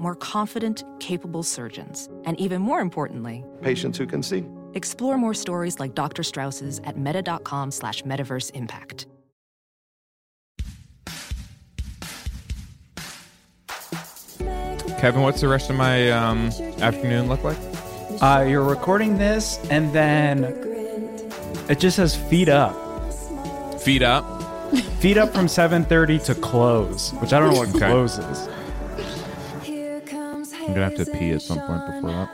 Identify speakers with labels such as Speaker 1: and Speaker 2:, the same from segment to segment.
Speaker 1: More confident, capable surgeons. And even more importantly,
Speaker 2: Patients who can see.
Speaker 1: explore more stories like Dr. Strauss's at meta.com slash metaverse impact.
Speaker 3: Kevin, what's the rest of my um, afternoon look like?
Speaker 4: Uh, you're recording this, and then it just says feed up.
Speaker 3: Feet up.
Speaker 4: Feed up from 7:30 to close, which I don't know what
Speaker 3: Okay.
Speaker 4: close is.
Speaker 3: I'm gonna have to pee at some point before that.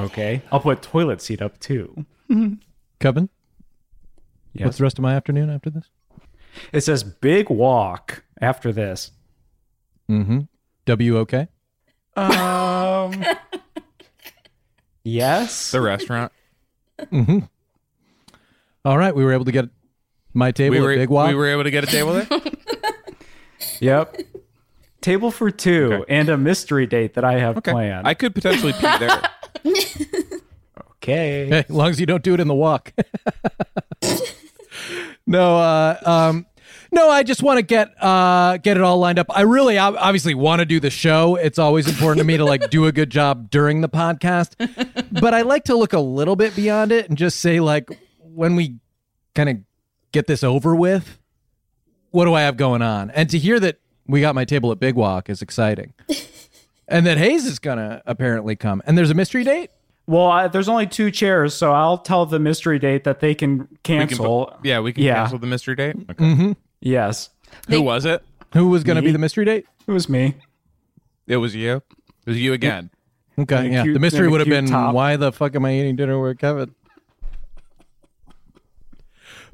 Speaker 4: Okay, I'll put toilet seat up too.
Speaker 5: Kevin,
Speaker 4: Yes.
Speaker 5: what's the rest of my afternoon after this?
Speaker 4: It says big walk after this.
Speaker 5: Mm-hmm. W-O-K?
Speaker 4: Um. yes.
Speaker 3: The restaurant.
Speaker 5: Mm-hmm. All right, we were able to get my table
Speaker 3: we were
Speaker 5: at Big Walk.
Speaker 3: we were able to get a table there.
Speaker 4: Yep. Table for two and a mystery date that I have
Speaker 3: Okay.
Speaker 4: planned.
Speaker 3: I could potentially pee there.
Speaker 4: okay.
Speaker 5: Hey, as long as you don't do it in the walk. no, uh, um, no, I just want to get uh, get it all lined up. I really, ob- obviously, want to do the show. It's always important to me to like do a good job during the podcast, but I like to look a little bit beyond it and just say like, when we kind of get this over with, what do I have going on? And to hear that we got my table at Big Walk is exciting, and that Hayes is gonna apparently come, and there's a mystery date.
Speaker 4: Well, I, there's only two chairs, so I'll tell the mystery date that they can
Speaker 3: We can
Speaker 4: cancel.
Speaker 3: bo- yeah, we can
Speaker 4: Yeah.
Speaker 3: cancel the mystery date. Okay.
Speaker 5: Mm-hmm.
Speaker 4: Yes.
Speaker 3: Who was it?
Speaker 5: Who was gonna be the mystery date?
Speaker 4: It was me.
Speaker 3: It was you. It was you again.
Speaker 5: Okay,
Speaker 4: And a
Speaker 5: yeah.
Speaker 4: cute-
Speaker 5: the mystery
Speaker 4: and a
Speaker 5: would have
Speaker 4: cute
Speaker 5: been
Speaker 4: top.
Speaker 5: why the fuck am I eating dinner with Kevin?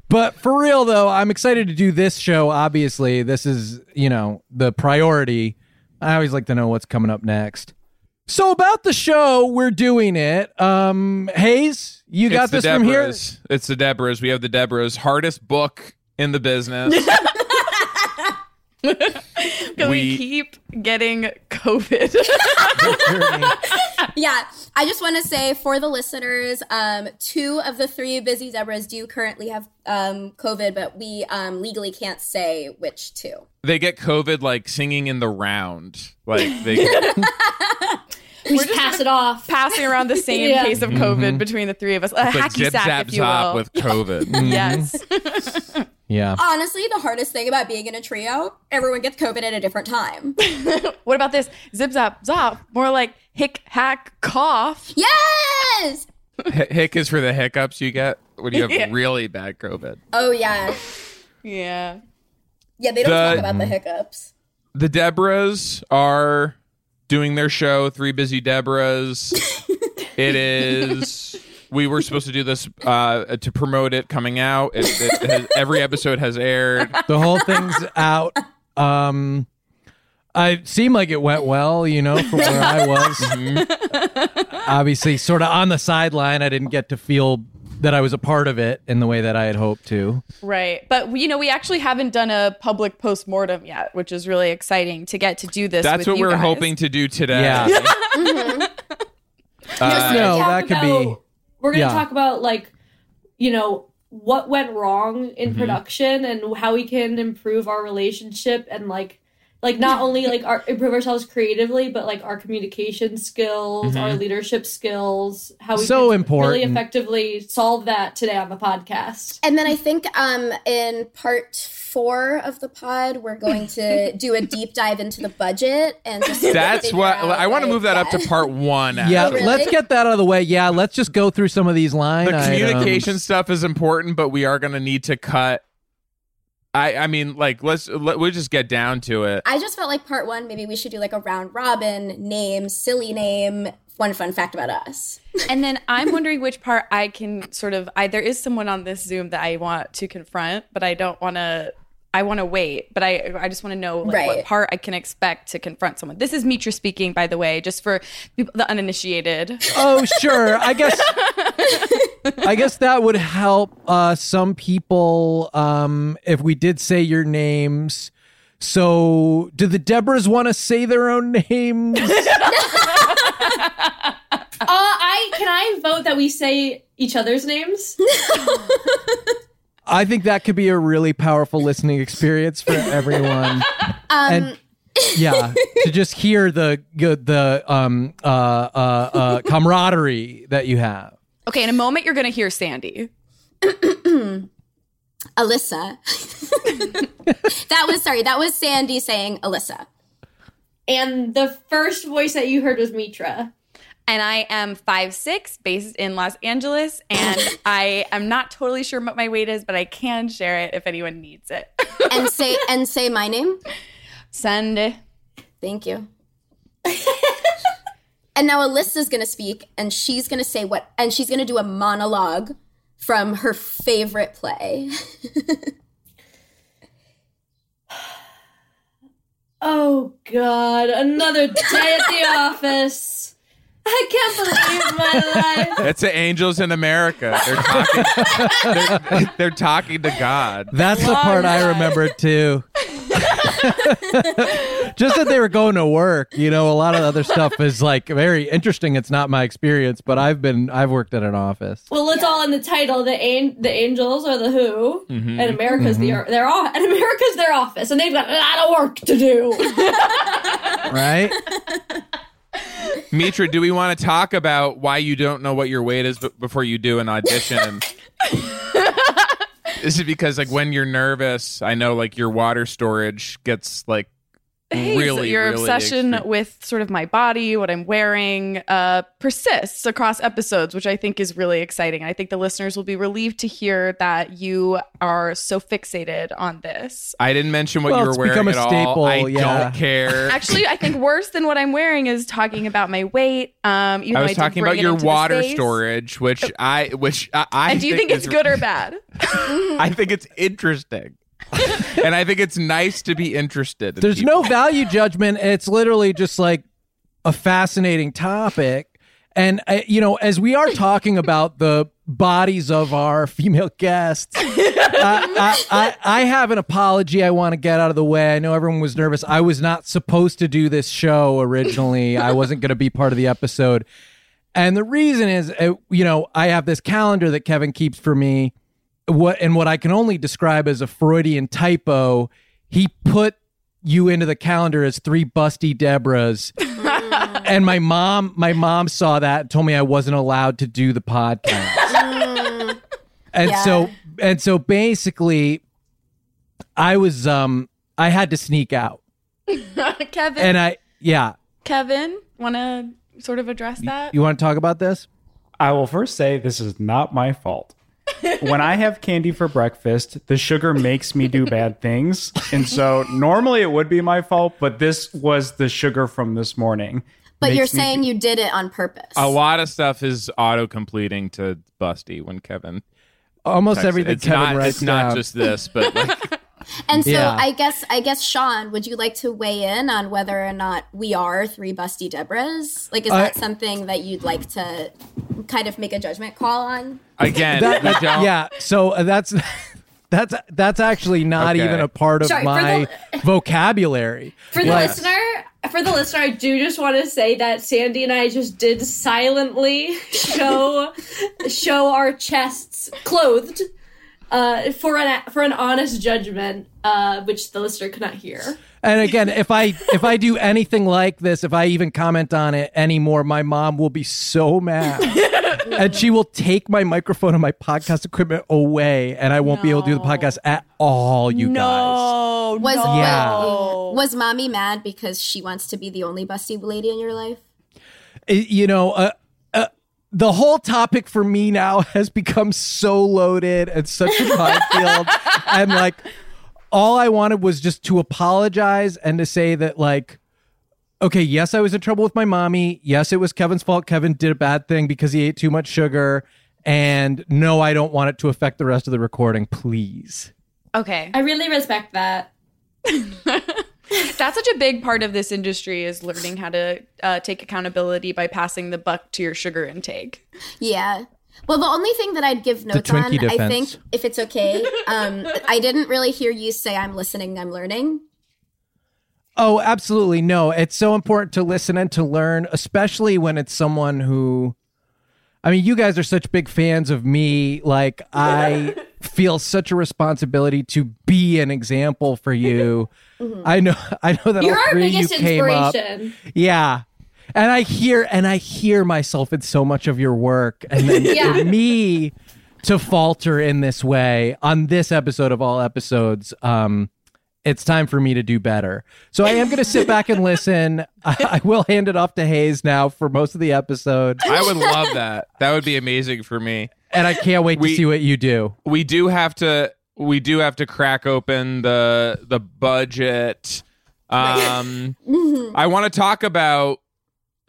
Speaker 5: But for real though, I'm excited to do this show. Obviously, this is you know the priority. I always like to know what's coming up next. So about the show, we're doing it. Um, Hayes, you got
Speaker 3: it's the
Speaker 5: this from here.
Speaker 3: Deborahs. It's the Deborahs. We have the Deborahs. Hardest book in the business.
Speaker 6: Can we,
Speaker 3: We-
Speaker 6: keep getting COVID?
Speaker 7: Yeah, I just want to say for the listeners, um, two of the three busy zebras do currently have um, COVID, but we um, legally can't say which two.
Speaker 3: they get COVID like singing in the round. Like they get,
Speaker 8: We just pass it off.
Speaker 6: Passing around the same
Speaker 8: Yeah.
Speaker 6: case of COVID between the three of us. A
Speaker 3: Mm-hmm. like
Speaker 6: hacky
Speaker 3: zip
Speaker 6: sack,
Speaker 3: zap
Speaker 6: if you
Speaker 3: zop
Speaker 6: will.
Speaker 3: with mm-hmm. COVID. Mm,
Speaker 6: yes.
Speaker 5: Yeah.
Speaker 7: Honestly, the hardest thing about being in a trio, everyone gets COVID at a different time.
Speaker 6: what about this? Zip zap zop. More like hick hack cough.
Speaker 7: yes!
Speaker 3: H- Hick is for the hiccups you get when you have really bad COVID.
Speaker 7: Oh, yeah.
Speaker 6: Yeah.
Speaker 7: Yeah, they don't
Speaker 3: The-
Speaker 7: talk about the hiccups.
Speaker 3: the Debras are doing their show, Three Busy Debras. it is. We were supposed to do this uh, to promote it coming out. It, it has, every episode has aired.
Speaker 5: the whole thing's out. Um, I seemed like it went well, you know, from where I was.
Speaker 3: Mm-hmm.
Speaker 5: Obviously, sort of on the sideline, I didn't get to feel that I was a part of it in the way that I had hoped to.
Speaker 6: Right. But we, you know, we actually haven't done a public post mortem yet, which is really exciting to get to do this.
Speaker 3: That's
Speaker 6: with
Speaker 3: what
Speaker 6: you
Speaker 3: we're
Speaker 6: guys.
Speaker 3: hoping to do today.
Speaker 5: Yeah.
Speaker 3: Uh,
Speaker 5: no,
Speaker 8: Talk
Speaker 5: that could be.
Speaker 8: about- We're gonna
Speaker 5: yeah.
Speaker 8: talk about like, you know, what went wrong in production and how we can improve our relationship and like, like not only like our improve ourselves creatively, but like our communication skills, our leadership skills, how we
Speaker 5: So
Speaker 8: can
Speaker 5: important.
Speaker 8: really effectively solve that today on the podcast.
Speaker 7: And then I think um, in part four of the pod, we're going to do a deep dive into the budget and just
Speaker 3: That's
Speaker 7: figure
Speaker 3: what
Speaker 7: out,
Speaker 3: I want to
Speaker 7: like,
Speaker 3: move that up
Speaker 7: yeah.
Speaker 3: to part one.
Speaker 5: Yeah,
Speaker 3: actually.
Speaker 7: really?
Speaker 5: let's get that out of the way. Yeah, let's just go through some of these line
Speaker 3: the communication
Speaker 5: items.
Speaker 3: stuff is important, but we are going to need to cut. I I mean, like let's let, we'll just get down to it.
Speaker 7: I just felt like part one, maybe we should do like a round robin name, silly name, one fun fact about us.
Speaker 6: And then I'm wondering which part I can sort of. I there is someone on this Zoom that I want to confront, but I don't want to. I want to wait, but I I just want to know like, what
Speaker 7: Right.
Speaker 6: part I can expect to confront someone. This is Mitra speaking, by the way, just for people, the uninitiated.
Speaker 5: Oh, sure. I guess I guess that would help uh some people um if we did say your names. So, do the Debras want to say their own names?
Speaker 8: Uh, I can I vote that we say each other's names.
Speaker 5: I think that could be a really powerful listening experience for everyone. and yeah, to just hear the the um uh uh, uh camaraderie that you have.
Speaker 6: Okay, in a moment you're gonna hear Sandy.
Speaker 7: Alyssa. that was sorry. That was Sandy saying Alyssa.
Speaker 8: and the first voice that you heard was Mitra.
Speaker 6: and I am five six, based in Los Angeles, and I am not totally sure what my weight is, but I can share it if anyone needs it.
Speaker 7: And say and say my name.
Speaker 6: Sandy.
Speaker 7: Thank you. and now Alyssa's gonna speak, and she's gonna say what, and she's gonna do a monologue from her favorite play.
Speaker 8: Oh God, another day at the office. I can't believe my life.
Speaker 3: That's the angels in America. They're talking. they're, they're talking to God.
Speaker 5: That's the part I remember too. Just that they were going to work, you know, a lot of other stuff is like very interesting. It's not my experience, but I've been I've worked at an office.
Speaker 8: Well, it's all in the title. The an- the angels are the who, and America's the the they're all and America's their office, and they've got a lot of work to do.
Speaker 5: Right?
Speaker 3: Mitra, do we want to talk about why you don't know what your weight is b- before you do an audition? this is because, like, when you're nervous, I know, like, your water storage gets like
Speaker 6: Hey, so
Speaker 3: really
Speaker 6: your
Speaker 3: really
Speaker 6: obsession
Speaker 3: extreme.
Speaker 6: with sort of my body, what I'm wearing, uh, persists across episodes, which I think is really exciting. I think the listeners will be relieved to hear that you are so fixated on this.
Speaker 3: I didn't mention what
Speaker 5: Well,
Speaker 3: you were
Speaker 5: it's
Speaker 3: wearing
Speaker 5: become a
Speaker 3: at all.
Speaker 5: staple,
Speaker 3: I
Speaker 5: yeah.
Speaker 3: don't care.
Speaker 6: Actually, I think worse than what I'm wearing is talking about my weight. Um, even
Speaker 3: I
Speaker 6: though
Speaker 3: was
Speaker 6: did
Speaker 3: talking
Speaker 6: bring
Speaker 3: about
Speaker 6: it
Speaker 3: your
Speaker 6: into the
Speaker 3: water
Speaker 6: space. Oh.
Speaker 3: storage, which I, which I, I
Speaker 6: And do you think it's
Speaker 3: is-
Speaker 6: good or bad?
Speaker 3: I think it's interesting, and I think it's nice to be interested. in
Speaker 5: There's
Speaker 3: people.
Speaker 5: no value judgment. It's literally just like a fascinating topic. And, uh, you know, as we are talking about the bodies of our female guests, I, I, I, I have an apology I want to get out of the way. I know everyone was nervous. I was not supposed to do this show originally, I wasn't going to be part of the episode. And the reason is, uh, you know, I have this calendar that Kevin keeps for me. What and what I can only describe as a Freudian typo. He put you into the calendar as three busty Debras,
Speaker 8: Mm.
Speaker 5: and my mom, my mom saw that and told me I wasn't allowed to do the podcast.
Speaker 8: Mm.
Speaker 5: and so, and so, basically, I was, um, I had to sneak out,
Speaker 6: Kevin,
Speaker 5: and I, yeah.
Speaker 6: Kevin, want to sort of address that?
Speaker 5: You want to talk about this?
Speaker 4: I will first say this is not my fault. when I have candy for breakfast, the sugar makes me do bad things. And so normally it would be my fault, but this was the sugar from this morning.
Speaker 7: But
Speaker 4: Makes
Speaker 7: you're
Speaker 4: me
Speaker 7: saying you did it on purpose.
Speaker 3: A lot of stuff is auto completing to Busty when Kevin.
Speaker 5: Almost
Speaker 3: texts it.
Speaker 5: everything
Speaker 3: it's
Speaker 5: Kevin
Speaker 3: not,
Speaker 5: writes
Speaker 3: It's not
Speaker 5: down.
Speaker 3: just this, but like,
Speaker 7: and so
Speaker 5: yeah.
Speaker 7: I guess I guess Sean, would you like to weigh in on whether or not we are three busty Debras? Like, is
Speaker 5: I-
Speaker 7: that something that you'd like to kind of make a judgment call on?
Speaker 3: again, we don't.
Speaker 5: yeah so uh, that's that's that's actually not
Speaker 3: Okay.
Speaker 5: even a part of
Speaker 8: Sorry, for
Speaker 5: my vocabulary
Speaker 8: For the
Speaker 5: Like,
Speaker 8: listener, for the listener, I do just want to say that Sandy and I just did silently show show our chests clothed uh, for an for an honest judgment, uh, which the listener could not hear.
Speaker 5: and again if i if i do anything like this if i even comment on it anymore my mom will be so mad and she will take my microphone and my podcast equipment away and i won't be able to do the podcast at all you guys
Speaker 6: no,
Speaker 7: Was
Speaker 6: no.
Speaker 5: Oh, Yeah.
Speaker 7: was mommy mad because she wants to be the only busty lady in your life?
Speaker 5: it- you know, uh, uh, the whole topic for me now has become so loaded and such a minefield. and like, all I wanted was just to apologize and to say that, like, okay, yes, I was in trouble with my mommy. Yes, it was Kevin's fault. Kevin did a bad thing because he ate too much sugar. And no, I don't want it to affect the rest of the recording, please.
Speaker 6: Okay.
Speaker 8: I really respect that.
Speaker 6: That's such a big part of this industry is learning how to uh, take accountability by passing the buck to your sugar intake.
Speaker 7: Yeah. Well, the only thing that I'd give notes on,
Speaker 5: Twinkie
Speaker 7: I think,
Speaker 5: defense.
Speaker 7: if it's okay, um, I didn't really hear you say I'm listening, I'm learning.
Speaker 5: Oh, absolutely. No, it's so important to listen and to learn, especially when it's someone who I mean, you guys are such big fans of me. Like I feel such a responsibility to be an example for you. I know I know that
Speaker 8: Mm-hmm. You're
Speaker 5: all
Speaker 8: our
Speaker 5: three of you
Speaker 8: biggest
Speaker 5: came up.
Speaker 8: inspiration.
Speaker 5: Yeah. And I hear and I hear myself in so much of your work. And then
Speaker 8: Yeah.
Speaker 5: for me to falter in this way on this episode of all episodes, um, it's time for me to do better. So I am gonna sit back and listen. I, I will hand it off to Hayes now for most of the episode.
Speaker 3: I would love that. That would be amazing for me.
Speaker 5: And I can't wait
Speaker 3: We-
Speaker 5: to see what you do.
Speaker 3: we do have to we do have to crack open the the budget um i want to talk about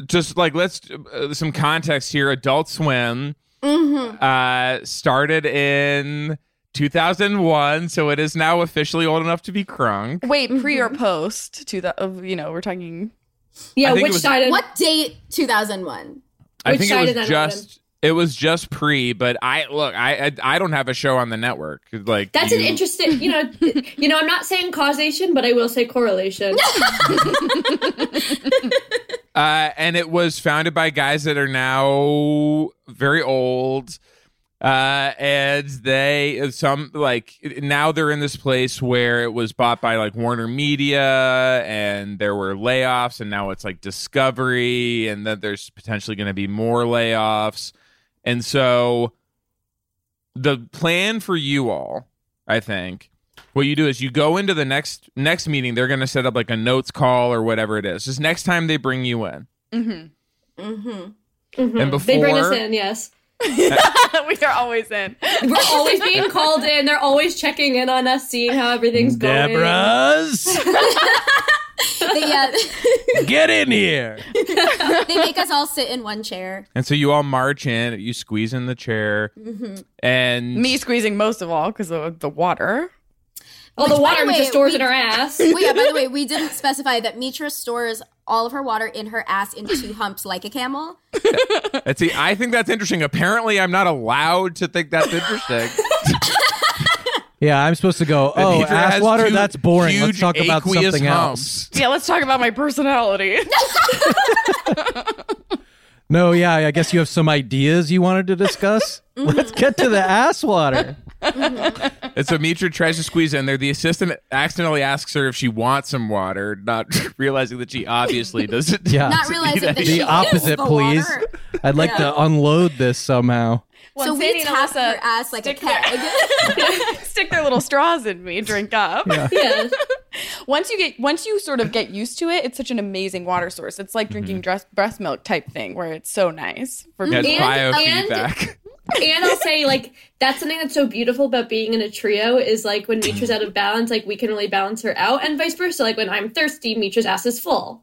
Speaker 3: just like let's uh, some context here adult swim
Speaker 8: Mm-hmm.
Speaker 3: uh started in 2001 so it is now officially old enough to be crunk
Speaker 6: Wait, pre
Speaker 8: Mm-hmm.
Speaker 6: or post to the, of, you know, we're talking.
Speaker 8: Yeah,
Speaker 3: I think it
Speaker 8: which
Speaker 3: was-
Speaker 8: side of
Speaker 7: What date? 2001.
Speaker 3: i
Speaker 8: Which
Speaker 3: think
Speaker 8: side
Speaker 3: it
Speaker 8: is that
Speaker 3: was just it was just pre but i look I, I i don't have a show on the network like
Speaker 8: That's an
Speaker 3: you-
Speaker 8: interesting, you know, you know, I'm not saying causation, but I will say correlation.
Speaker 3: Uh, and it was founded by guys that are now very old. Uh, and they, some like now they're in this place where it was bought by like Warner Media and there were layoffs, and now it's like Discovery, and that there's potentially going to be more layoffs. And so the plan for you all, I think, what you do is you go into the next next meeting they're going to set up like a notes call or whatever it is just next time they bring you in
Speaker 6: Mhm.
Speaker 7: Mm-hmm.
Speaker 3: and before
Speaker 8: They bring us in, yes.
Speaker 6: we are always in.
Speaker 8: We're always being called in. They're always checking in on us, seeing how everything's going.
Speaker 5: Deborah's
Speaker 7: They, uh,
Speaker 5: get in here.
Speaker 7: they make us all sit in one chair.
Speaker 3: and so you all march in you squeeze in the chair
Speaker 5: Mm-hmm.
Speaker 3: and
Speaker 6: Me squeezing most of all because of the water.
Speaker 8: All the
Speaker 7: Which, by
Speaker 8: water
Speaker 7: the
Speaker 8: we
Speaker 7: way,
Speaker 8: just stores
Speaker 7: we-
Speaker 8: in our ass.
Speaker 7: Well, yeah, by the way, we didn't specify that Mitra stores all of her water in her ass in two humps like a camel.
Speaker 3: let's see i think that's interesting apparently i'm not allowed to think that's interesting
Speaker 5: Yeah, I'm supposed to go. Oh,
Speaker 3: Deidre has
Speaker 5: ass water.
Speaker 3: two
Speaker 5: That's boring. Let's
Speaker 3: huge
Speaker 5: talk about
Speaker 3: aqueous
Speaker 5: something else.
Speaker 3: humps.
Speaker 6: Yeah, let's talk about my personality.
Speaker 5: No, yeah, I guess you have some ideas you wanted to discuss.
Speaker 7: Mm-hmm.
Speaker 5: Let's get to the ass water.
Speaker 3: and so mitra tries to squeeze in there the assistant accidentally asks her if she wants some water not realizing that she obviously doesn't
Speaker 5: Yeah.
Speaker 7: Not realizing that
Speaker 3: The
Speaker 7: she
Speaker 5: The
Speaker 7: is
Speaker 5: opposite,
Speaker 7: the
Speaker 5: please.
Speaker 7: water.
Speaker 5: I'd like to unload this somehow.
Speaker 7: So
Speaker 6: Once
Speaker 7: we
Speaker 6: Sadie and
Speaker 7: tap
Speaker 6: Alyssa
Speaker 7: her ass like a
Speaker 6: stick
Speaker 7: cat.
Speaker 6: their- stick their little straws in me, drink up.
Speaker 8: Yeah.
Speaker 6: Once you get, once you sort of get used to it, it's such an amazing water source. It's like drinking dress, breast milk type thing, where it's so nice for
Speaker 3: That's
Speaker 8: And-
Speaker 3: biofeedback
Speaker 8: and I'll say, like, that's something that's so beautiful about being in a trio is like when Mitra's out of balance, like we can really balance her out, and vice versa. Like when I'm thirsty, Mitra's ass is full.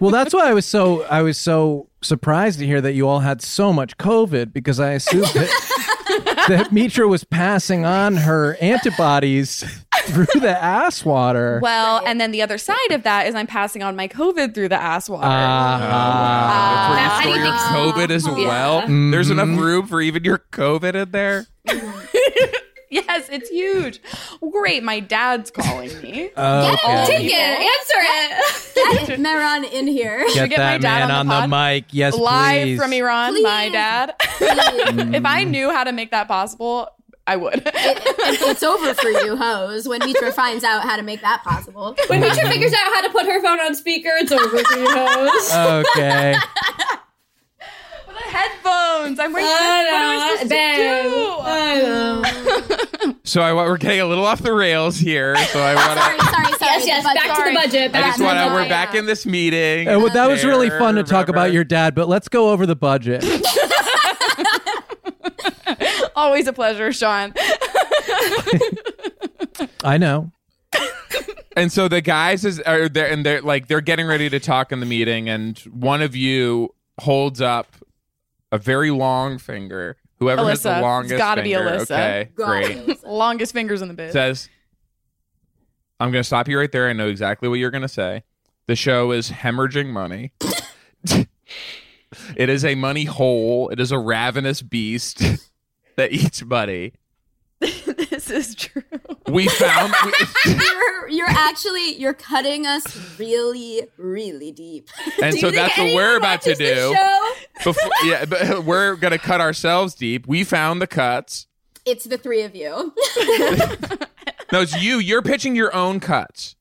Speaker 5: Well, that's why I was so I was so surprised to hear that you all had so much COVID because I assumed that, that Mitra was passing on her antibodies through the ass water.
Speaker 6: Well, and then the other side of that is I'm passing on my COVID through the ass water.
Speaker 3: Uh,
Speaker 5: Uh-huh.
Speaker 3: Before
Speaker 8: Uh, That's how
Speaker 3: you store your COVID as
Speaker 8: Yeah.
Speaker 3: well.
Speaker 5: Mm-hmm.
Speaker 3: There's enough room for even your COVID in there.
Speaker 6: Yes, it's huge. Great, my dad's calling me.
Speaker 3: Uh,
Speaker 5: Okay.
Speaker 8: Take it, answer it.
Speaker 7: Get Meron in here.
Speaker 5: Get,
Speaker 6: get my
Speaker 5: that
Speaker 6: dad
Speaker 5: man on the,
Speaker 6: on the
Speaker 5: mic. Yes,
Speaker 6: Live
Speaker 5: please.
Speaker 6: from Iran, my
Speaker 7: Please.
Speaker 6: dad. if
Speaker 3: Mm.
Speaker 6: I knew how to make that possible, I would.
Speaker 7: It- it's over for you, hoes, when Mitra finds out how to make that possible.
Speaker 8: When Mitra figures out how to put her phone on speaker, it's over for you, hoes.
Speaker 5: Okay. Uh,
Speaker 6: the headphones. I'm wearing.
Speaker 8: I
Speaker 6: what am I
Speaker 8: know,
Speaker 6: supposed
Speaker 8: babe.
Speaker 6: to
Speaker 8: I know.
Speaker 7: Um,
Speaker 3: So I wa- we're getting a little off the rails here. So I
Speaker 7: Sorry,
Speaker 3: want to.
Speaker 7: sorry, sorry.
Speaker 8: Yes, yes,
Speaker 7: the
Speaker 8: back
Speaker 7: budget.
Speaker 8: to the budget.
Speaker 3: I
Speaker 8: Back
Speaker 3: just
Speaker 8: to the
Speaker 3: want to.
Speaker 8: budget.
Speaker 3: We're back in this meeting.
Speaker 5: Uh, well, that was really
Speaker 3: There,
Speaker 5: fun to talk about
Speaker 3: remember?
Speaker 5: your dad, but let's go over the budget.
Speaker 6: do? Always a pleasure, Sean.
Speaker 5: I know.
Speaker 3: And so the guys is are there, and they're like they're getting ready to talk in the meeting, and one of you holds up a very long finger. who Whoever has the
Speaker 6: Alyssa. It's
Speaker 3: longest
Speaker 6: gotta be
Speaker 3: finger,
Speaker 6: Alyssa.
Speaker 3: okay, great,
Speaker 6: Longest fingers in the biz.
Speaker 3: says, "I'm going to stop you right there. I know exactly what you're going to say. The show is hemorrhaging money. it is a money hole. It is a ravenous beast that eats money.
Speaker 6: this is true.
Speaker 3: We found." we-
Speaker 7: you're you're actually you're cutting us really really deep.
Speaker 3: And
Speaker 7: Do
Speaker 3: so
Speaker 7: you think
Speaker 3: that's what
Speaker 7: anyone
Speaker 3: we're about to
Speaker 7: watches this
Speaker 3: do.
Speaker 7: show?
Speaker 3: Before, yeah, but we're gonna cut ourselves deep. We found the cuts.
Speaker 7: It's the three of you.
Speaker 3: No, it's you. You're pitching your own cuts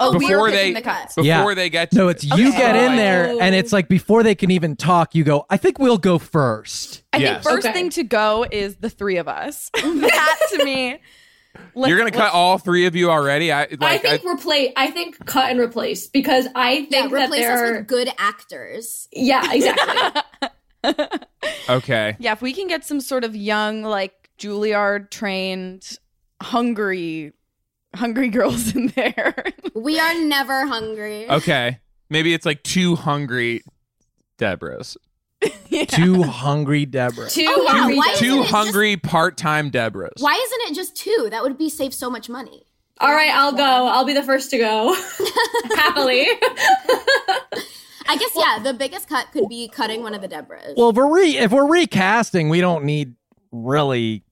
Speaker 6: Oh, we
Speaker 3: Before
Speaker 6: are picking
Speaker 3: they-
Speaker 6: the cuts.
Speaker 3: before
Speaker 5: Yeah.
Speaker 3: they get. To
Speaker 5: No, it's you
Speaker 6: Okay.
Speaker 5: get in there, and it's like before they can even talk, you go, I think we'll go first.
Speaker 6: I
Speaker 3: Yes.
Speaker 6: think first
Speaker 8: Okay.
Speaker 6: thing to go is the three of us. that to me, let's-
Speaker 3: You're gonna cut
Speaker 6: let's-
Speaker 3: all three of you already. I like.
Speaker 8: I think replace. I think cut and replace because I
Speaker 7: yeah,
Speaker 8: think that
Speaker 7: replace
Speaker 8: there
Speaker 7: us
Speaker 8: are.
Speaker 7: with good actors.
Speaker 8: yeah, exactly.
Speaker 3: I- okay.
Speaker 6: Yeah, if we can get some sort of young, like Juilliard trained, hungry, hungry girls in there.
Speaker 7: We are never hungry.
Speaker 3: Okay. Maybe it's like two hungry Debras.
Speaker 5: Two hungry Deborah.
Speaker 8: Two
Speaker 7: Oh, yeah,
Speaker 8: hungry
Speaker 7: why
Speaker 8: dogs.
Speaker 7: isn't
Speaker 3: Two
Speaker 7: it just-
Speaker 3: hungry part-time Debras.
Speaker 7: Why isn't it just two? That would be save so much money.
Speaker 8: All right, I'll go. I'll be the first to go. Happily.
Speaker 7: I guess yeah. The biggest cut could be cutting one of the Debras.
Speaker 5: Well, if we're, re- if we're recasting, we don't need really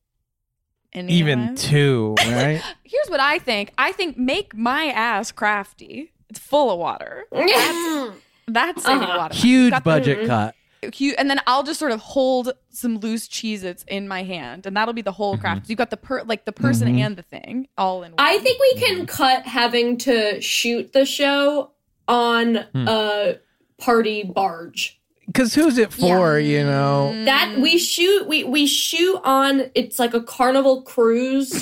Speaker 6: And
Speaker 5: even
Speaker 6: anyway,
Speaker 5: two, right?
Speaker 6: here's what I think. I think make my ass crafty. It's full of water.
Speaker 7: Mm.
Speaker 6: That's saving
Speaker 8: Uh-huh.
Speaker 6: a lot of money.
Speaker 5: Huge
Speaker 6: Got the-
Speaker 5: budget cut.
Speaker 6: Hu- and then I'll just sort of hold some loose Cheez-Its in my hand, and that'll be the
Speaker 5: Mm-hmm.
Speaker 6: whole craft. You've got the per like the person
Speaker 5: Mhm.
Speaker 6: and the thing all in. One.
Speaker 8: I think we can cut having to shoot the show on a party barge.
Speaker 5: Because who's it for, you know?
Speaker 8: That we shoot we we shoot on it's like a carnival cruise.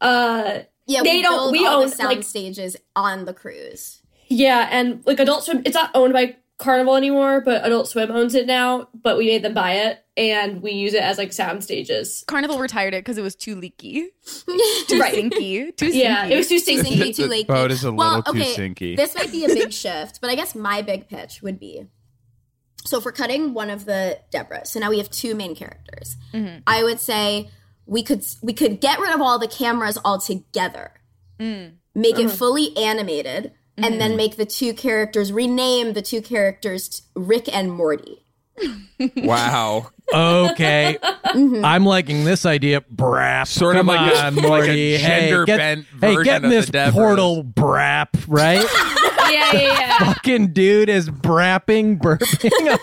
Speaker 8: uh
Speaker 7: yeah,
Speaker 8: They
Speaker 7: we
Speaker 8: don't-
Speaker 7: build
Speaker 8: we
Speaker 7: all
Speaker 8: own,
Speaker 7: the sound
Speaker 8: like-
Speaker 7: stages on the cruise.
Speaker 8: yeah, and like Adult Swim it's not owned by Carnival anymore, but Adult Swim owns it now, but we made them buy it and we use it as like sound stages.
Speaker 6: Carnival retired it because it was too leaky, too
Speaker 8: Right.
Speaker 6: sinky, too
Speaker 8: Yeah,
Speaker 6: sinky.
Speaker 8: it was too
Speaker 7: Too
Speaker 8: stinky.
Speaker 7: sinky, too
Speaker 3: The
Speaker 7: late.
Speaker 3: boat is a
Speaker 7: well,
Speaker 3: little too
Speaker 7: okay,
Speaker 3: sinky.
Speaker 7: This might be a big shift, but I guess my big pitch would be so if we're cutting one of the Deborahs, so now we have two main characters. I would say we could we could get rid of all the cameras altogether, make it fully animated, and then make the two characters rename the two characters t- Rick and Morty.
Speaker 3: Wow.
Speaker 5: Okay.
Speaker 6: Mm-hmm.
Speaker 5: I'm liking this idea, brap.
Speaker 3: Sort of
Speaker 5: Come
Speaker 3: like a-
Speaker 5: on,
Speaker 3: like a
Speaker 5: Morty. hey, get,
Speaker 3: gender-bent
Speaker 5: hey,
Speaker 3: version
Speaker 5: get in
Speaker 3: of
Speaker 5: this
Speaker 3: the Debras.
Speaker 5: portal, brap, right?
Speaker 8: yeah, yeah, yeah.
Speaker 5: Fucking dude is brapping, burping,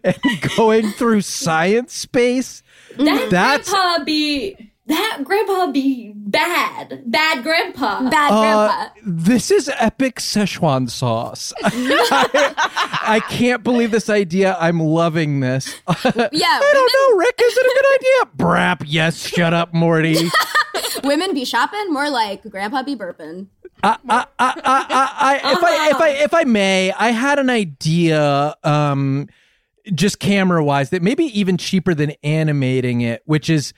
Speaker 5: and going through science space.
Speaker 8: That
Speaker 5: That's-
Speaker 8: grandpa be that grandpa be bad. Bad grandpa.
Speaker 7: Bad
Speaker 5: Uh,
Speaker 7: grandpa.
Speaker 5: this is epic Szechuan sauce. I, I can't believe this idea. I'm loving this.
Speaker 7: Yeah,
Speaker 5: I don't know, Rick. Is it a good idea? Brap. Yes. Shut up, Morty.
Speaker 7: women be shopping more like grandpa be burping.
Speaker 5: I, I, I, I, if I, if I, if I may, I had an idea, um, just camera wise, that maybe even cheaper than animating it, which is.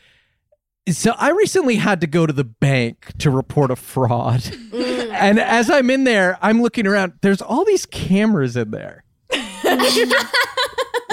Speaker 5: So I recently had to go to the bank to report a fraud, and as I'm in there, I'm looking around. There's all these cameras in there.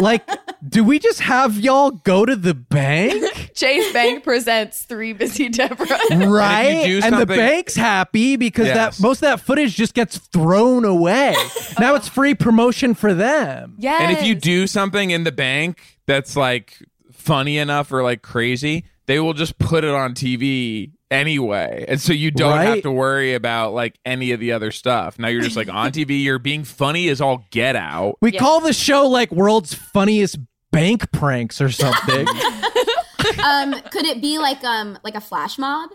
Speaker 5: like, do we just have y'all go to the bank?
Speaker 6: Chase Bank presents three busy Debras.
Speaker 5: right?
Speaker 3: And if you do
Speaker 5: and the
Speaker 3: something-
Speaker 5: bank's happy because
Speaker 3: Yes.
Speaker 5: that most of that footage just gets thrown away. now it's free promotion for them.
Speaker 6: Yes.
Speaker 3: And if you do something in the bank that's like funny enough or like crazy, they will just put it on TV anyway. And so you don't have
Speaker 5: Right.
Speaker 3: to worry about like any of the other stuff. Now you're just like on TV, you're being funny as all get out.
Speaker 5: We call the show like world's funniest bank pranks or something.
Speaker 7: Um, could it be like um like a flash mob?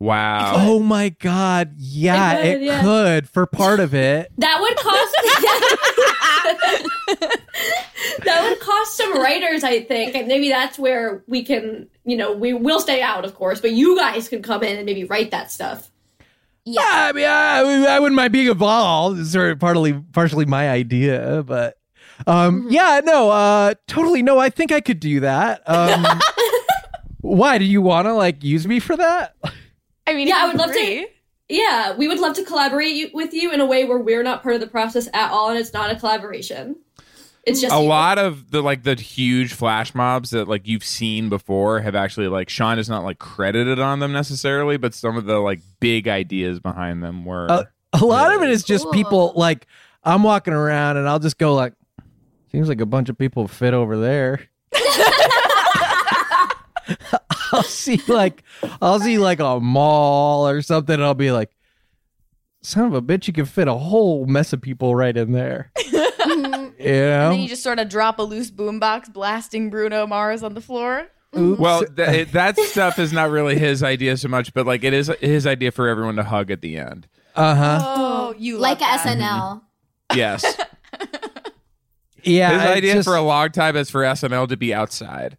Speaker 3: Wow.
Speaker 5: oh my god. Yeah,
Speaker 8: It
Speaker 5: it,
Speaker 8: would, yeah.
Speaker 5: could for part of it.
Speaker 8: That would cost. that would cost some writers, I think, and maybe that's where we can, you know, we will stay out, of course, but you guys can come in and maybe write that stuff.
Speaker 7: Yeah.
Speaker 5: I mean, I, I wouldn't mind being involved. It's sort of partly, partially my idea, but um, yeah, no, uh, totally, no. I think I could do that. Um, why do you want to like use me for that?
Speaker 6: I mean,
Speaker 8: Yeah,
Speaker 6: if
Speaker 8: I
Speaker 6: you
Speaker 8: would love to-
Speaker 6: agree.
Speaker 8: Yeah, we would love to collaborate you, with you in a way where we're not part of the process at all, and it's not a collaboration. It's just
Speaker 3: a lot of the like the huge flash mobs that like you've seen before have actually like Sean is not like credited on them necessarily, but some of the like big ideas behind them were
Speaker 5: Uh, A lot of it is just people
Speaker 7: Cool.
Speaker 5: like I'm walking around and I'll just go like, seems like a bunch of people fit over there. I'll see like I'll see like a mall or something. And I'll be like, son of a bitch, you can fit a whole mess of people right in there.
Speaker 7: Mhm.
Speaker 5: You know?
Speaker 6: And then you just sort of drop a loose boombox blasting Bruno Mars on the floor.
Speaker 5: Oops.
Speaker 3: well, th- it, that stuff is not really his idea so much, but like it is his idea for everyone to hug at the end.
Speaker 5: uh huh.
Speaker 6: Oh, you
Speaker 7: like a
Speaker 6: love that.
Speaker 7: SNL.
Speaker 3: Yes, his
Speaker 5: Yeah. it's
Speaker 3: idea
Speaker 5: just-
Speaker 3: for a long time is for SNL to be outside.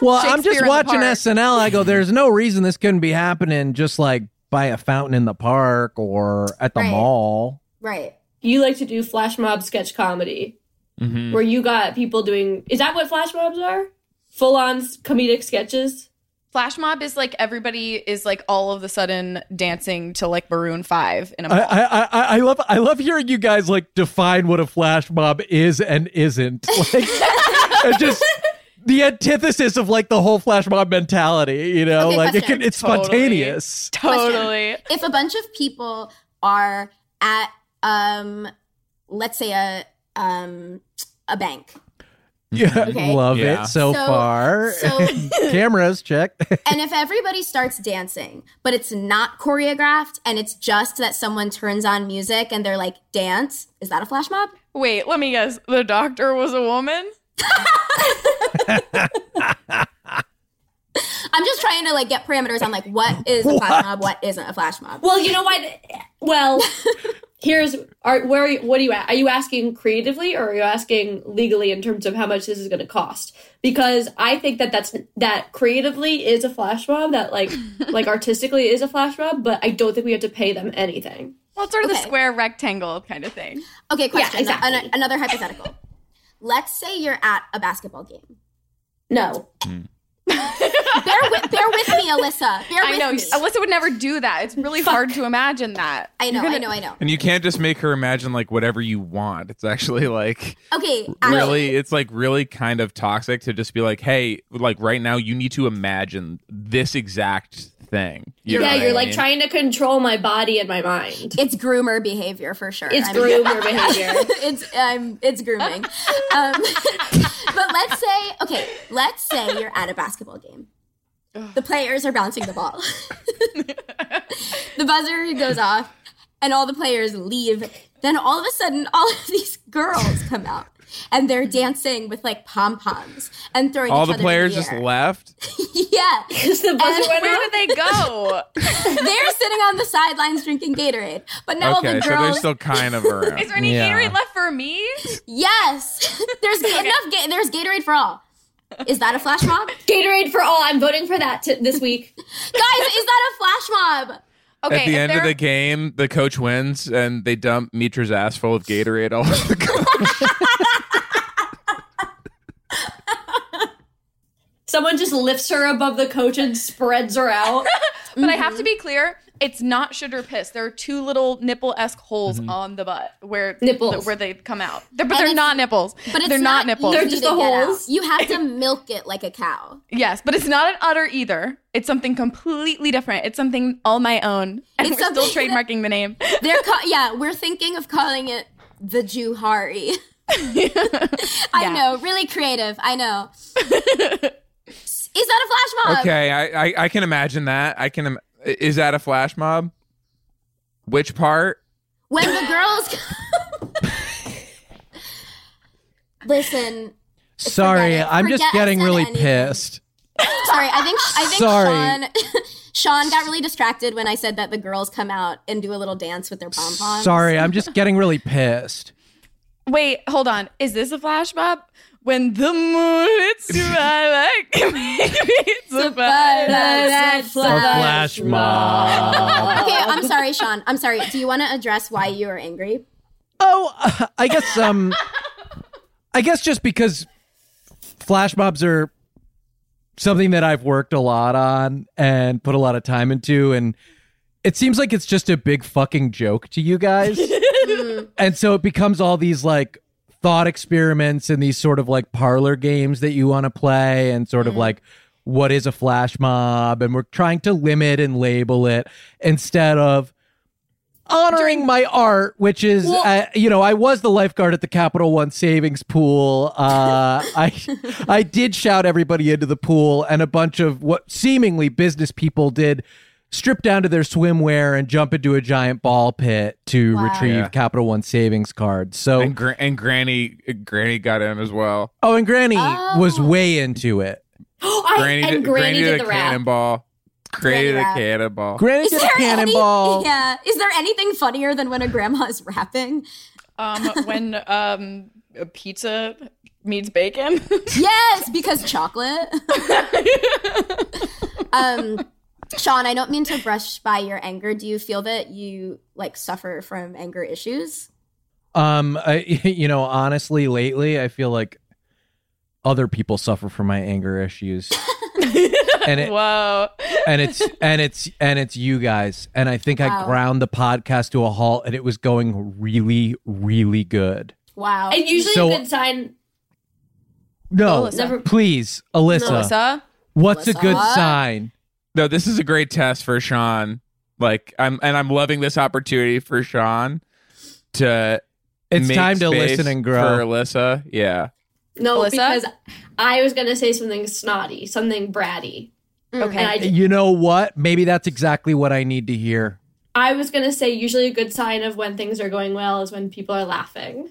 Speaker 5: Well, I'm
Speaker 6: Shakespeare
Speaker 5: just
Speaker 6: in the
Speaker 5: watching
Speaker 6: park.
Speaker 5: SNL. I go, there's no reason this couldn't be happening just like by a fountain in the park or at the
Speaker 7: Right.
Speaker 5: mall.
Speaker 7: Right.
Speaker 8: you like to do flash mob sketch comedy
Speaker 3: Mhm.
Speaker 8: where you got people doing. Is that what flash mobs are? Full on comedic sketches.
Speaker 6: Flash mob is like everybody is like all of the sudden dancing to like Maroon Five in a
Speaker 5: I,
Speaker 6: mall.
Speaker 5: I, I, I love I love hearing you guys like define what a flash mob is and isn't. Like it's just the antithesis of like the whole flash mob mentality, you know?
Speaker 7: Okay,
Speaker 5: like it
Speaker 7: question.
Speaker 5: can it's
Speaker 6: Totally.
Speaker 5: spontaneous.
Speaker 6: totally.
Speaker 7: If a bunch of people are at um let's say a um a bank.
Speaker 5: Yeah.
Speaker 7: Okay.
Speaker 5: Love
Speaker 3: Yeah.
Speaker 5: it so,
Speaker 7: So-
Speaker 5: far.
Speaker 7: So
Speaker 5: Cameras, check.
Speaker 7: and if everybody starts dancing, but it's not choreographed and it's just that someone turns on music and they're like dance, is that a flash mob?
Speaker 6: Wait, let me guess. The doctor was a woman.
Speaker 7: I'm just trying to like get parameters on like what is a flash mob, what isn't a flash mob.
Speaker 8: Well, you know what? Well, here's are where are you- what are you at? Are you asking creatively or are you asking legally in terms of how much this is going to cost? Because I think that that's that creatively is a flash mob that like like artistically is a flash mob, but I don't think we have to pay them anything.
Speaker 6: Well, it's sort of the
Speaker 7: Okay.
Speaker 6: square rectangle kind of thing.
Speaker 7: Okay, question.
Speaker 8: exactly.
Speaker 7: An- another hypothetical. Let's say you're at a basketball game.
Speaker 8: No,
Speaker 7: Bear with, bear with me, Alyssa. Bear with
Speaker 6: I know.
Speaker 7: me.
Speaker 6: Alyssa would never do that. It's really hard to imagine that.
Speaker 7: I know, I know, I know.
Speaker 3: And you can't just make her imagine like whatever you want. It's actually like
Speaker 7: Okay, Ashley.
Speaker 3: really it's like really kind of toxic to just be like, hey, like right now you need to imagine this exact thing. You know
Speaker 8: yeah,
Speaker 3: what I
Speaker 8: you're like
Speaker 3: mean?
Speaker 8: trying to control my body and my mind.
Speaker 7: It's groomer behavior for sure.
Speaker 8: It's
Speaker 7: I mean-
Speaker 8: groomer behavior.
Speaker 7: it's um, it's grooming. Um, but let's say okay, let's say you're at a basketball game. The players are bouncing the ball. the buzzer goes off, and all the players leave. Then all of a sudden, all of these girls come out, and they're dancing with like pom poms and throwing
Speaker 3: all
Speaker 7: each
Speaker 3: the
Speaker 7: other in
Speaker 3: players
Speaker 7: the
Speaker 3: just
Speaker 7: air.
Speaker 3: left.
Speaker 7: yeah.
Speaker 8: Is the buzzer went
Speaker 6: Where
Speaker 8: off?
Speaker 6: did they go?
Speaker 7: They're sitting on the sidelines drinking Gatorade, but now all
Speaker 3: okay,
Speaker 7: the
Speaker 3: so they're
Speaker 7: girls
Speaker 3: still kind of around.
Speaker 6: Is there any
Speaker 5: Yeah.
Speaker 6: Gatorade left for me?
Speaker 7: Yes, there's enough. Ga- there's Gatorade for all. Is that a flash mob, guys?
Speaker 8: Gatorade for all. I'm voting for that t- this week.
Speaker 7: Is that a flash mob?
Speaker 6: Okay.
Speaker 3: At the
Speaker 6: if
Speaker 3: end of
Speaker 6: there-
Speaker 3: the game, the coach wins and they dump Mitra's ass full of Gatorade all over the court.
Speaker 8: Someone just lifts her above the coach and spreads her out.
Speaker 6: But I
Speaker 7: Mm-hmm.
Speaker 6: have to be clear, it's not shit or piss. There are two little nipple-esque holes on the butt where
Speaker 8: Nipples.
Speaker 6: where they come out. They're, but
Speaker 7: And
Speaker 6: they're
Speaker 7: it's-
Speaker 6: not nipples.
Speaker 7: But it's
Speaker 6: they're not, nipples.
Speaker 7: easy
Speaker 8: They're just
Speaker 7: to
Speaker 8: the
Speaker 7: get out.
Speaker 8: holes.
Speaker 7: You have to milk it like a cow.
Speaker 6: Yes, but it's not an udder either. It's something completely different. It's something all my own. And
Speaker 7: It's
Speaker 6: we're still
Speaker 7: something-
Speaker 6: trademarking the name.
Speaker 7: They're ca- yeah. We're thinking of calling it the Jewhari. I
Speaker 6: Yeah.
Speaker 7: know, really creative. I know. Is that a flash mob?
Speaker 3: okay, I, I I can imagine that. I can. Im- is that a flash mob? Which part?
Speaker 7: When the girls listen,
Speaker 5: Sorry,
Speaker 7: Forget it.
Speaker 5: I'm just
Speaker 7: Forget I
Speaker 5: getting
Speaker 7: said
Speaker 5: really
Speaker 7: anything.
Speaker 5: pissed.
Speaker 7: Sorry, I think I think
Speaker 5: Sorry.
Speaker 7: Sean Sean got really distracted when I said that the girls come out and do a little dance with their pom poms.
Speaker 5: Sorry, I'm just getting really pissed.
Speaker 6: Wait, hold on. Is this a flash mob? When the moon hits your eye like it's a
Speaker 5: Or
Speaker 7: Uh,
Speaker 5: flash mob.
Speaker 7: Oh, Okay, I'm sorry, Sean. I'm sorry. Do you want to address why you are angry?
Speaker 5: Oh, uh, I guess um, I guess just because flash mobs are something that I've worked a lot on and put a lot of time into, and it seems like it's just a big fucking joke to you guys, and so it becomes all these like thought experiments and these sort of like parlor games that you want to play and sort
Speaker 7: Mm-hmm.
Speaker 5: of like what is a flash mob and we're trying to limit and label it instead of honoring my art which is
Speaker 7: Well-
Speaker 5: uh, you know i was the lifeguard at the capital one savings pool uh, i i did shout everybody into the pool and a bunch of what seemingly business people did strip down to their swimwear and jump into a giant ball pit to
Speaker 7: Wow.
Speaker 5: retrieve
Speaker 3: Yeah.
Speaker 5: capital one savings cards so
Speaker 3: Oh. and, gra- and Granny Granny got in as well.
Speaker 5: Oh, and Granny
Speaker 7: Oh.
Speaker 5: was way into it.
Speaker 8: I,
Speaker 3: Granny
Speaker 8: and
Speaker 3: did,
Speaker 8: Granny, did,
Speaker 3: a
Speaker 8: the rap.
Speaker 3: cannonball. Granny did a
Speaker 7: rap.
Speaker 3: cannonball.
Speaker 5: Granny
Speaker 7: Is
Speaker 5: did a
Speaker 7: there
Speaker 5: cannonball.
Speaker 7: any? Yeah. Is there anything funnier than when a grandma is rapping?
Speaker 6: Um, when um, a pizza meets bacon.
Speaker 7: Yes, because chocolate. um, Sean, I don't mean to brush by your anger. Do you feel that you like suffer from anger issues?
Speaker 5: Um, I, you know, honestly, lately I feel like other people suffer from my anger issues, and it
Speaker 6: Whoa.
Speaker 5: and it's and it's and it's you guys. And I think I
Speaker 7: Wow.
Speaker 5: ground the podcast to a halt, and it was going really, really good.
Speaker 7: Wow.
Speaker 8: And usually
Speaker 5: So-
Speaker 8: a good sign.
Speaker 5: No,
Speaker 6: Alyssa.
Speaker 8: Never-
Speaker 5: please, Alyssa,
Speaker 6: Melissa?
Speaker 5: what's a good
Speaker 7: Alyssa.
Speaker 5: sign?
Speaker 3: No, this is a great test for Sean. Like I'm and I'm loving this opportunity for Sean to
Speaker 5: It's
Speaker 3: make
Speaker 5: time to
Speaker 3: space
Speaker 5: listen and grow.
Speaker 3: for Alyssa. Yeah.
Speaker 8: No,
Speaker 6: Alyssa?
Speaker 8: because I was gonna say something snotty, something bratty, and
Speaker 6: Okay.
Speaker 8: I
Speaker 5: You know what? Maybe that's exactly what I need to hear.
Speaker 8: I was gonna say usually a good sign of when things are going well is when people are laughing.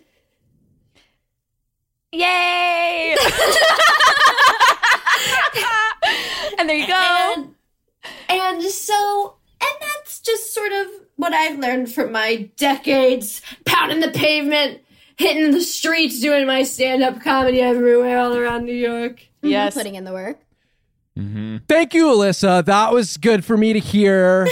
Speaker 6: Yay! and there you go.
Speaker 8: And, and so, and that's just sort of what I've learned from my decades pounding the pavement, hitting the streets, doing my stand up comedy everywhere all around New York.
Speaker 6: yes.
Speaker 7: Putting in the work.
Speaker 3: Mm-hmm.
Speaker 5: Thank you, Alyssa. That was good for me to hear.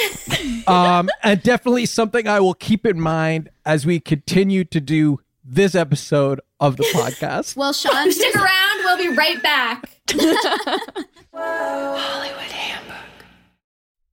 Speaker 5: um, and definitely something I will keep in mind as we continue to do this episode of the podcast.
Speaker 7: Well, Sean,
Speaker 8: Stick around, we'll be right back.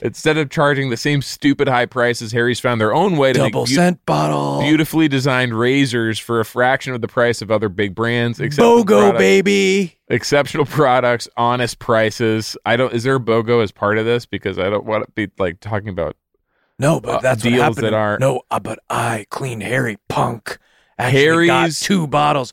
Speaker 3: Instead of charging the same stupid high prices, Harry's found their own way to
Speaker 5: Double
Speaker 3: make beau-
Speaker 5: scent bottle.
Speaker 3: beautifully designed razors for a fraction of the price of other big brands. Exceptional
Speaker 5: BOGO
Speaker 3: products-
Speaker 5: baby.
Speaker 3: Exceptional products, honest prices. I don't. Is there a BOGO as part of this? Because I don't want to be like talking about.
Speaker 5: No, but
Speaker 3: Uh,
Speaker 5: that's what
Speaker 3: deals
Speaker 5: happened.
Speaker 3: that are-
Speaker 5: No, uh, but I Clean Harry punk. Actually got
Speaker 3: Harry's-
Speaker 5: two bottles.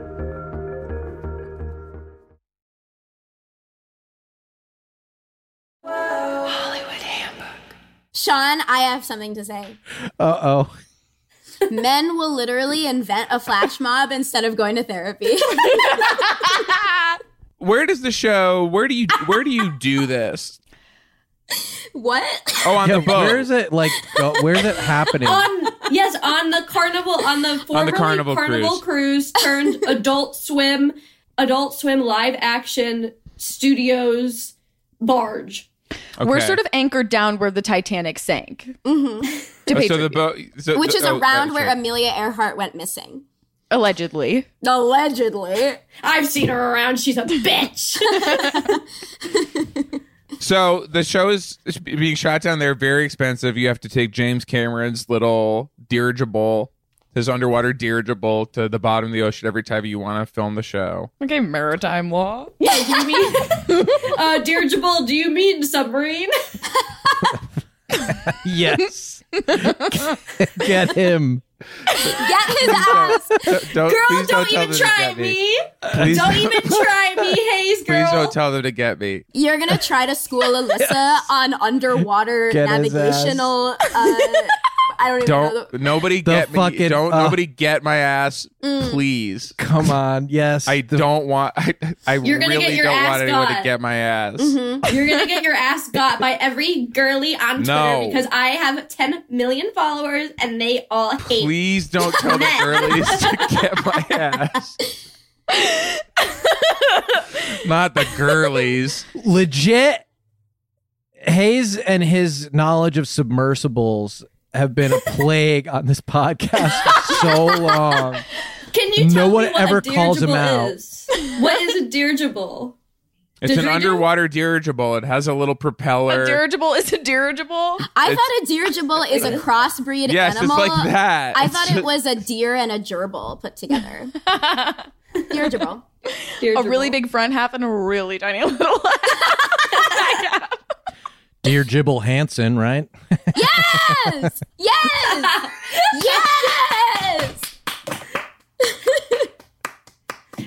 Speaker 7: Sean, I have something to say.
Speaker 5: Uh oh.
Speaker 7: Men will literally invent a flash mob instead of going to therapy.
Speaker 3: Where does the show where do you where do you do this?
Speaker 7: what?
Speaker 3: Oh, on
Speaker 5: Yeah,
Speaker 3: the boat.
Speaker 5: Where is it? Like, go- where's it happening?
Speaker 8: on yes on the carnival on the formerly
Speaker 3: Carnival
Speaker 8: carnival, cruise. turned adult swim adult swim live action studios barge
Speaker 6: We're sort of anchored down where the Titanic sank.
Speaker 3: Oh,
Speaker 6: To
Speaker 3: so the
Speaker 6: Patriot,
Speaker 3: boat so
Speaker 7: Which
Speaker 3: the-
Speaker 7: is
Speaker 3: oh,
Speaker 7: around
Speaker 3: oh,
Speaker 7: where
Speaker 3: sorry.
Speaker 7: Amelia Earhart went missing.
Speaker 6: allegedly.
Speaker 7: Allegedly.
Speaker 8: i've seen her around she's a bitch
Speaker 3: So the show is is being shot down there, very expensive. You have to take James Cameron's little dirigible, his underwater dirigible to the bottom of the ocean every time you want to film the show.
Speaker 6: Okay, maritime law.
Speaker 8: yeah do you mean uh dirigible do you mean submarine
Speaker 5: yes. Get him.
Speaker 7: Get his ass.
Speaker 3: Don't, don't-
Speaker 8: girl don't,
Speaker 3: please tell
Speaker 8: even
Speaker 3: them to
Speaker 8: try
Speaker 3: get
Speaker 8: me
Speaker 3: Please
Speaker 8: don't even try me hayes girl
Speaker 3: Please don't tell them to get me.
Speaker 7: You're gonna try to school Alyssa on underwater
Speaker 5: Get his
Speaker 7: navigational. Uh, I don't even know.
Speaker 3: Don't
Speaker 7: The-
Speaker 3: nobody
Speaker 5: The
Speaker 3: get me.
Speaker 5: fucking-
Speaker 3: Don't
Speaker 5: uh,
Speaker 3: nobody get my ass,
Speaker 8: Mm.
Speaker 3: please.
Speaker 5: Come on. Yes.
Speaker 3: I don't want. I, I
Speaker 8: You're gonna get
Speaker 3: really
Speaker 8: your
Speaker 3: don't
Speaker 8: ass
Speaker 3: want anyone to
Speaker 8: got. Mm-hmm.
Speaker 3: get my ass.
Speaker 8: You're gonna get your ass got by every girly on Twitter
Speaker 3: No.
Speaker 8: because I have 10 million followers and they all hate. me.
Speaker 3: Please don't tell the girlies to get my ass. Not the girlies.
Speaker 5: legit Hayes and his knowledge of submersibles have been a plague on this podcast for so long.
Speaker 8: Can you
Speaker 5: No
Speaker 8: tell
Speaker 5: one
Speaker 8: me what
Speaker 5: ever
Speaker 8: a
Speaker 5: calls him
Speaker 8: dirigible
Speaker 5: out.
Speaker 8: is? What is a dirigible?
Speaker 3: It's an
Speaker 8: Didgeridoo?
Speaker 3: underwater dirigible. It has a little
Speaker 6: A
Speaker 3: propeller.
Speaker 6: dirigible is a dirigible.
Speaker 7: I thought a dirigible is a crossbreed
Speaker 3: yes,
Speaker 7: animal.
Speaker 3: it's like that.
Speaker 7: I
Speaker 3: It's
Speaker 7: thought it was a deer and a gerbil put together. dirigible.
Speaker 6: A
Speaker 8: Dirigible.
Speaker 6: really big front half and a really tiny little half.
Speaker 5: Dear Jibble Hansen, right?
Speaker 7: Yes! Yes! yes!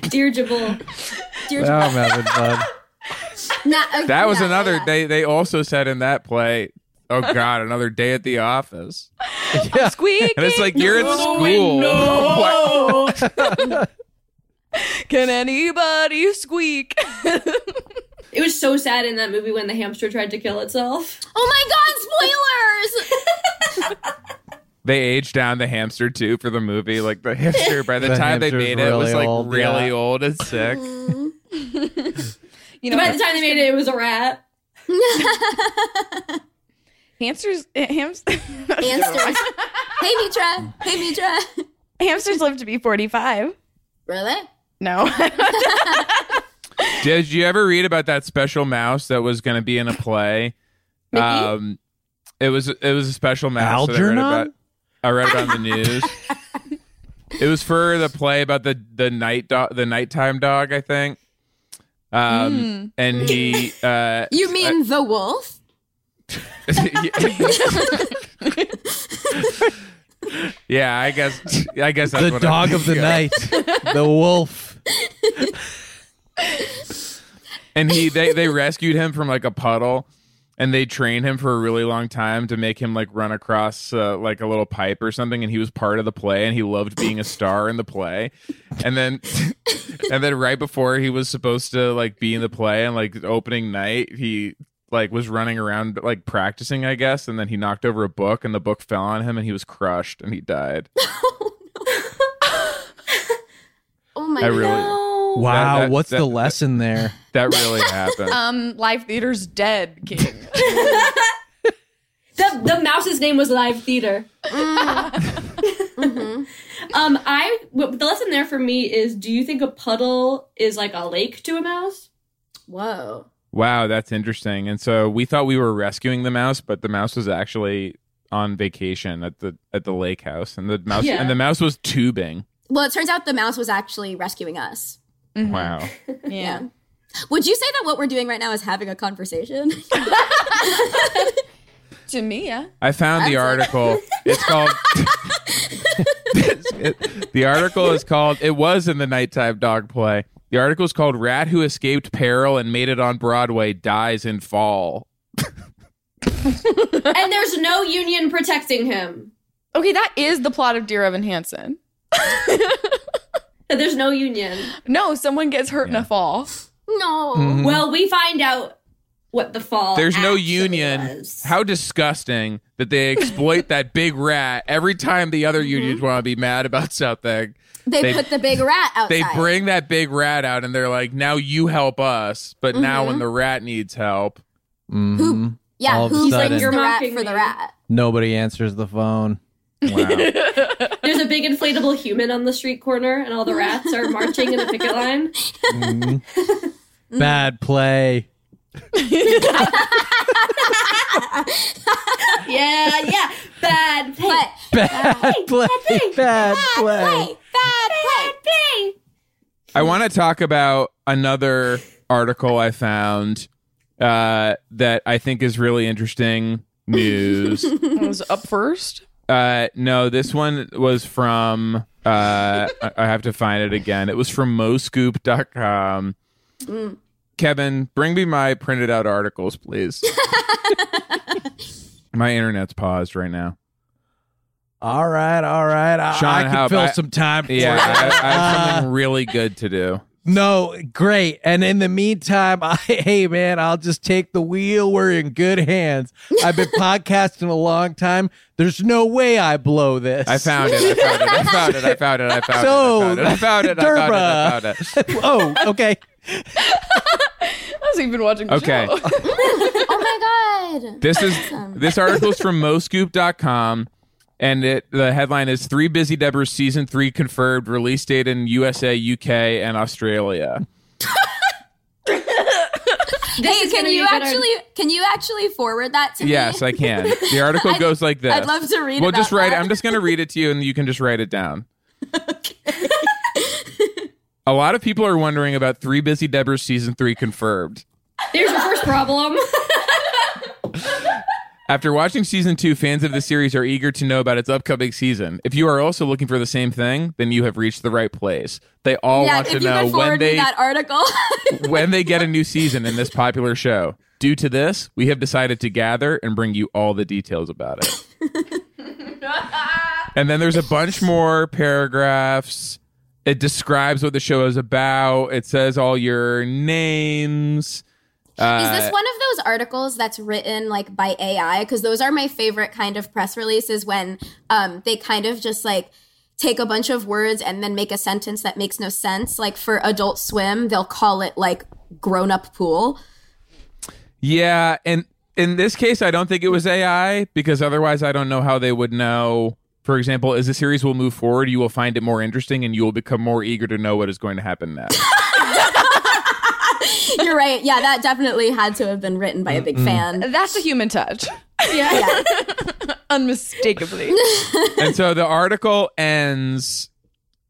Speaker 8: dirigible.
Speaker 3: Oh,
Speaker 7: Dirigible.
Speaker 5: I'm
Speaker 3: uh,
Speaker 5: having fun.
Speaker 7: Nah, okay,
Speaker 3: that was
Speaker 7: yeah,
Speaker 3: another.
Speaker 7: yeah.
Speaker 3: They they also said in that play. Oh God, another day at the office.
Speaker 5: Yeah.
Speaker 6: Squeak.
Speaker 3: And it's like you're at
Speaker 6: through the
Speaker 3: school. What?
Speaker 6: Can anybody squeak?
Speaker 8: It was so sad in that movie when the hamster tried to kill itself.
Speaker 7: Oh my god, spoilers!
Speaker 3: They aged down the hamster too for the movie. Like the hamster, by the,
Speaker 5: The
Speaker 3: time they
Speaker 5: hamster's
Speaker 3: made it, it was
Speaker 5: really
Speaker 3: like
Speaker 5: old,
Speaker 3: really
Speaker 5: yeah.
Speaker 3: old and sick.
Speaker 6: You know,
Speaker 8: By the time they made it, it was a rat.
Speaker 7: Mm.
Speaker 6: hamsters, eh, hams,
Speaker 7: Hamsters. hey, Mitra. Hey, Mitra.
Speaker 6: hamsters live to be forty-five.
Speaker 7: Really?
Speaker 6: No.
Speaker 3: Did you ever read about that special mouse that was going to be in a play? Um, it was it was a special mouse. that
Speaker 5: Algernon?
Speaker 3: I read about. I read about on the news. it was for the play about the the night dog, the nighttime dog, I think. Um,
Speaker 7: Mm.
Speaker 3: and he uh,
Speaker 7: You mean the wolf?
Speaker 3: yeah, I guess I guess that's
Speaker 5: the
Speaker 3: what
Speaker 5: dog
Speaker 3: I'm
Speaker 5: of the
Speaker 3: thinking
Speaker 5: night, the wolf.
Speaker 3: and he they they rescued him from like a puddle and they trained him for a really long time to make him like run across uh, like a little pipe or something and he was part of the play and he loved being a star in the play and then and then right before he was supposed to like be in the play and like opening night he like was running around like practicing i guess and then he knocked over a book and the book fell on him and he was crushed and he died
Speaker 7: Oh my
Speaker 3: I really-
Speaker 6: No.
Speaker 5: Wow,
Speaker 3: That- that-
Speaker 5: what's
Speaker 3: that-
Speaker 5: the lesson there?
Speaker 3: that really happened
Speaker 6: Um, live theater's dead, King.
Speaker 8: The the mouse's name was live theater.
Speaker 7: Mm-hmm.
Speaker 8: Um, I w- the lesson there for me is: Do you think a puddle is like a lake to a mouse?
Speaker 7: Whoa.
Speaker 3: Wow, that's interesting. And so we thought we were rescuing the mouse, but the mouse was actually on vacation at the at the lake house, and the mouse
Speaker 7: Yeah.
Speaker 3: and the mouse was tubing.
Speaker 7: Well, it turns out the mouse was actually rescuing us.
Speaker 3: Wow.
Speaker 7: Yeah. Would you say that what we're doing right now is having a conversation?
Speaker 6: to me, yeah.
Speaker 3: I found the article. It's called It- the article is called it was in the nighttime dog play. The article is called Rat Who Escaped Peril and Made It on Broadway Dies in Fall.
Speaker 8: and there's no union protecting him.
Speaker 6: Okay, that is the plot of Dear Evan Hansen.
Speaker 8: That there's no union.
Speaker 6: No, someone gets hurt in a fall.
Speaker 7: No.
Speaker 3: Mhm.
Speaker 8: Well, we find out what the fall.
Speaker 3: There's no
Speaker 8: actually
Speaker 3: union.
Speaker 8: was.
Speaker 3: How disgusting that they exploit that big rat every time the other unions want to be mad about something.
Speaker 7: They, put the big rat outside.
Speaker 3: They bring that big rat out and they're like, now you help us. But now when the rat needs help,
Speaker 5: Mm-hmm.
Speaker 7: Who- yeah,
Speaker 5: All of a
Speaker 7: who
Speaker 5: sudden-
Speaker 7: brings the
Speaker 5: You're
Speaker 7: rat for
Speaker 8: mocking
Speaker 7: the rat?
Speaker 5: Nobody answers the phone.
Speaker 8: There's a big inflatable human on the street corner, and all the rats are marching in a picket line.
Speaker 5: Mhm. Bad play.
Speaker 8: Yeah, yeah. Bad play.
Speaker 5: Bad play. Bad play.
Speaker 7: Bad play.
Speaker 8: Bad play.
Speaker 3: I want to talk about another article I found uh, that I think is really interesting news.
Speaker 6: It was up first.
Speaker 3: Uh, no, this one was from. Uh, I I have to find it again. It was from moscoop.com.
Speaker 7: Mm.
Speaker 3: Kevin, bring me my printed out articles, please. my internet's paused right now.
Speaker 5: All right, all right. I,
Speaker 3: Sean,
Speaker 5: I can
Speaker 3: how
Speaker 5: fill
Speaker 3: about-
Speaker 5: some time. For
Speaker 3: Yeah,
Speaker 5: it.
Speaker 3: I, I have
Speaker 5: Uh,
Speaker 3: something really good to do.
Speaker 5: No, great. And in the meantime, I, hey man, I'll just take the wheel. We're in good hands. I've been podcasting a long time. There's no way I blow this.
Speaker 3: I found it. I found it. I found it. I
Speaker 5: So,
Speaker 3: found it. I found it. I found it. I found it. I found it. I found it.
Speaker 5: oh, okay.
Speaker 6: I was even watching the
Speaker 3: Okay.
Speaker 6: show.
Speaker 7: Oh my god.
Speaker 3: This is
Speaker 7: Awesome.
Speaker 3: this article is from moscoop.com and it the headline is Three Busy Debras season 3 confirmed release date in USA, UK and Australia.
Speaker 8: This
Speaker 7: Hey,
Speaker 8: is
Speaker 7: can
Speaker 8: gonna
Speaker 7: you
Speaker 8: be good.
Speaker 7: actually can you actually forward that to
Speaker 3: Yes,
Speaker 7: me?
Speaker 3: I can. The article goes like this.
Speaker 7: I'd love to read
Speaker 3: Well, just
Speaker 7: about
Speaker 3: write
Speaker 7: that.
Speaker 3: I'm just going to read it to you and you can just write it down. A lot of people are wondering about Three Busy Debras season 3 confirmed.
Speaker 8: There's your first problem.
Speaker 3: After watching season two, fans of the series are eager to know about its upcoming season. If you are also looking for the same thing, then you have reached the right place. They all
Speaker 7: yeah,
Speaker 3: want
Speaker 7: if
Speaker 3: to
Speaker 7: you could
Speaker 3: know
Speaker 7: forward
Speaker 3: when they
Speaker 7: me that article.
Speaker 3: when they get a new season in this popular show. Due to this, we have decided to gather and bring you all the details about it. and then there's a bunch more paragraphs. It describes what the show is about. It says all your names.
Speaker 7: Is
Speaker 3: Uh,
Speaker 7: this one of those articles that's written like by AI? Because those are my favorite kind of press releases when um, they kind of just like take a bunch of words and then make a sentence that makes no sense. Like for Adult Swim, they'll call it like grown up pool.
Speaker 3: Yeah, and in this case, I don't think it was AI because otherwise, I don't know how they would know. For example, as the series will move forward, you will find it more interesting, and you will become more eager to know what is going to happen next.
Speaker 7: You're right. Yeah, that definitely had to have been written by a big
Speaker 3: Mm-mm.
Speaker 7: fan.
Speaker 6: That's a human touch.
Speaker 7: Yeah.
Speaker 6: Unmistakably.
Speaker 3: and so the article ends.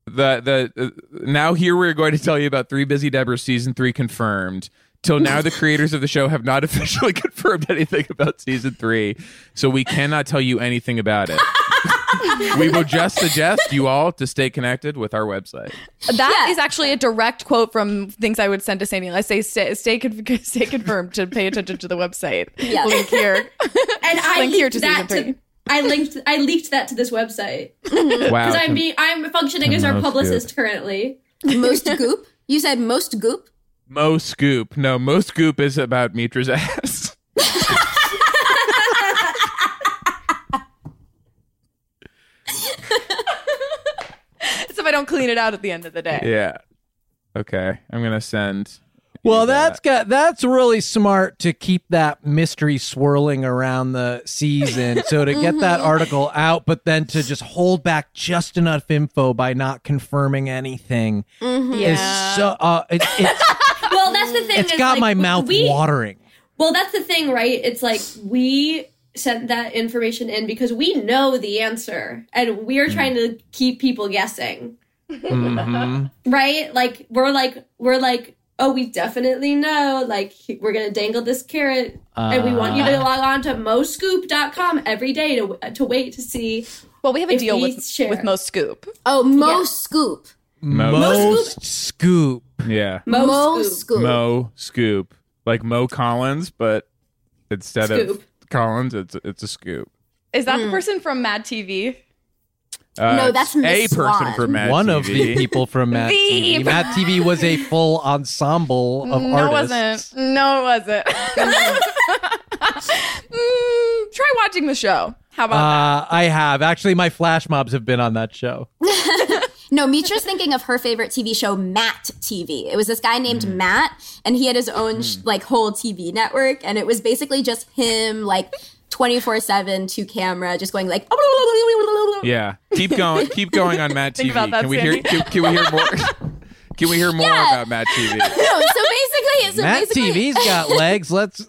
Speaker 3: The the uh, now here we're going to tell you about Three Busy Debras season three confirmed. Till now, the creators of the show have not officially confirmed anything about season three, so we cannot tell you anything about it. we will just suggest you all to stay connected with our website.
Speaker 6: That is actually a direct quote from things I would send to Sandy. I say, stay, stay, con- stay confirmed to pay attention to the website.
Speaker 8: Yeah.
Speaker 6: Link here.
Speaker 8: and I
Speaker 6: Link
Speaker 8: linked
Speaker 6: here to
Speaker 8: that
Speaker 6: season
Speaker 8: to. I linked. I leaked that to this website.
Speaker 3: Wow.
Speaker 8: Because I'm being, I'm functioning as our
Speaker 3: Oh, That's
Speaker 8: publicist
Speaker 3: good.
Speaker 8: currently.
Speaker 7: Most goop. You said most goop.
Speaker 3: Mo Scoop. No, Mo Scoop is about Mitra's ass.
Speaker 6: As if I don't clean it out at the end of the day.
Speaker 3: yeah. Okay. I'm gonna send uh,
Speaker 5: Well, that's got that's really smart to keep that mystery swirling around the season. So to get
Speaker 9: Mhm.
Speaker 5: that
Speaker 3: Mm-hmm.
Speaker 5: article out, but then to just hold back just enough info by not confirming anything
Speaker 3: Mm-hmm.
Speaker 8: Mhm.
Speaker 5: is
Speaker 8: Yeah.
Speaker 5: so uh, it, it's
Speaker 8: well, that's the thing.
Speaker 5: it's
Speaker 8: is,
Speaker 5: got
Speaker 8: like,
Speaker 5: my mouth
Speaker 8: we,
Speaker 5: watering.
Speaker 8: Well, that's the thing, right? It's like we sent that information in because we know the answer, and we're trying to keep people guessing, right? Like we're like we're like, oh, we definitely know. Like he- we're gonna dangle this carrot, and we want you to
Speaker 6: Ah.
Speaker 8: log on to moscoop.com every day to to wait to see.
Speaker 6: Well, we have a
Speaker 8: if
Speaker 6: deal
Speaker 8: we
Speaker 6: with
Speaker 8: share.
Speaker 6: with Mo Scoop.
Speaker 7: Oh, Mo Scoop.
Speaker 3: Mo,
Speaker 5: Most scoop.
Speaker 3: Yeah.
Speaker 7: Mo, Scoop.
Speaker 3: Mo Scoop. Like Mo Collins, but instead
Speaker 6: Scoop.
Speaker 3: of Collins, it's it's a scoop.
Speaker 6: Is
Speaker 8: Hmm.
Speaker 6: that the person from Mad TV?
Speaker 3: Uh,
Speaker 6: No, that's
Speaker 3: it's
Speaker 6: Miss
Speaker 3: a person
Speaker 6: Swan.
Speaker 3: from Mad
Speaker 5: One of
Speaker 3: TV.
Speaker 5: the people from Matt
Speaker 6: The-
Speaker 5: TV. Matt TV was a full ensemble of
Speaker 6: no, it
Speaker 5: artists.
Speaker 6: wasn't. No, it wasn't. Mm, try watching the show. How about
Speaker 5: Uh, I have actually. My flash mobs have been on that show.
Speaker 7: No, Mitra's thinking of her favorite TV show, Matt TV. It was this guy named Matt, and he had his own sh like whole TV network, and it was basically just him like twenty four seven to camera, just going like.
Speaker 3: Yeah. Keep going keep going on Matt
Speaker 7: Think
Speaker 3: TV.
Speaker 7: about that,
Speaker 3: can we hear
Speaker 7: Sandy.
Speaker 3: can, can we hear more can we hear more
Speaker 7: Yeah.
Speaker 3: about Matt
Speaker 7: no,
Speaker 3: TV?
Speaker 7: so basically, so
Speaker 5: Matt
Speaker 7: basically,
Speaker 5: TV's got legs. Let's.
Speaker 7: no,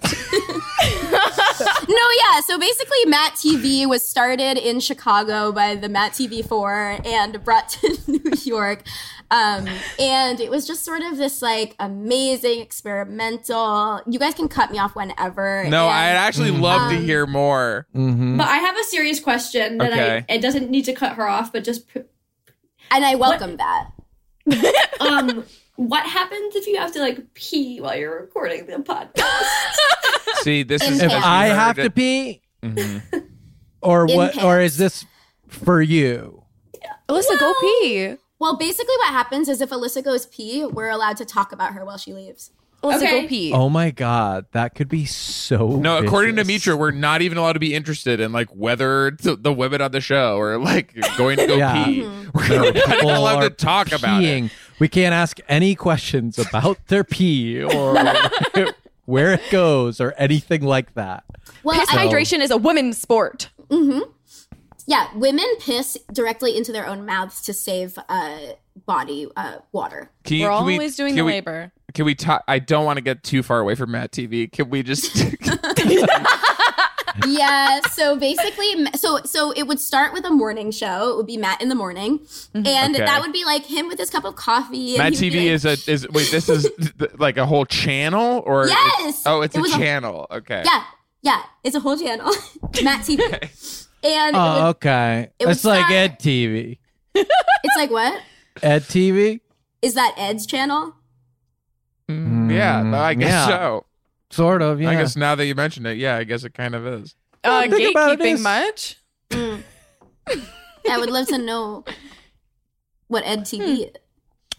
Speaker 7: yeah. So basically, Matt TV was started in Chicago by the Matt TV Four and brought to New York, um, and it was just sort of this like amazing experimental. You guys can cut me off whenever.
Speaker 3: No,
Speaker 7: and-
Speaker 3: I'd actually love to
Speaker 7: Um,
Speaker 3: hear more.
Speaker 5: Mm-hmm.
Speaker 8: But I have a serious question that
Speaker 3: Okay.
Speaker 8: I it doesn't need to cut her off, but just pr-
Speaker 7: and I welcome that.
Speaker 8: um what happens if you have to like pee while you're recording the podcast?
Speaker 3: See, this is
Speaker 5: if
Speaker 3: what you
Speaker 5: I
Speaker 3: heard
Speaker 5: have
Speaker 3: it-
Speaker 5: to pee, or
Speaker 7: In
Speaker 5: what, or is this for you?
Speaker 3: Uh,
Speaker 7: Alyssa, go pee. Well, basically, what happens is if Alyssa goes pee, we're allowed to talk about her while she leaves.
Speaker 6: Alyssa, go Okay.
Speaker 7: pee.
Speaker 5: Oh my god, that could be so.
Speaker 3: No, according to
Speaker 5: vicious.
Speaker 3: Mitra, we're not even allowed to be interested in like whether t- the women on the show are like going to go
Speaker 5: Yeah.
Speaker 3: pee.
Speaker 5: No,
Speaker 3: We're not even
Speaker 5: people
Speaker 3: allowed to
Speaker 5: are
Speaker 3: talk about it.
Speaker 5: peeing. We can't ask any questions about their pee or where it goes or anything like that.
Speaker 7: Well,
Speaker 6: Piss
Speaker 5: I-
Speaker 6: hydration is a women's sport.
Speaker 7: hmm Yeah, women piss directly into their own mouths to save uh, body uh, water.
Speaker 3: Can you-
Speaker 6: We're
Speaker 3: can we-
Speaker 6: always doing
Speaker 3: can
Speaker 6: the
Speaker 3: we-
Speaker 6: labor.
Speaker 3: Can we talk? I don't want to get too far away from Matt TV. Can we just?
Speaker 7: yeah. So basically, so so it would start with a morning show. It would be Matt in the morning, and
Speaker 3: Okay.
Speaker 7: that would be like him with his cup of coffee. and
Speaker 3: Matt
Speaker 7: he would
Speaker 3: TV
Speaker 7: be like-
Speaker 3: is a is wait. This is th- like a whole channel or it's-
Speaker 7: Yes!
Speaker 3: oh, it's
Speaker 7: It
Speaker 3: a
Speaker 7: was a-
Speaker 3: channel. okay.
Speaker 7: yeah, yeah. It's a whole channel, Matt TV, and it
Speaker 5: Oh,
Speaker 7: would-
Speaker 5: okay.
Speaker 7: it would
Speaker 5: It's like
Speaker 7: start-
Speaker 5: Ed TV.
Speaker 7: it's like what
Speaker 5: Ed TV.
Speaker 7: is that Ed's channel?
Speaker 3: Yeah, no, I guess
Speaker 5: Mm, yeah.
Speaker 3: so.
Speaker 5: Sort of. Yeah.
Speaker 3: I guess now that you mention it, yeah, I guess it kind of is.
Speaker 6: Uh,
Speaker 5: Think about it
Speaker 6: gatekeeping
Speaker 5: is-
Speaker 6: much?
Speaker 7: I would love to know what Ed TV is.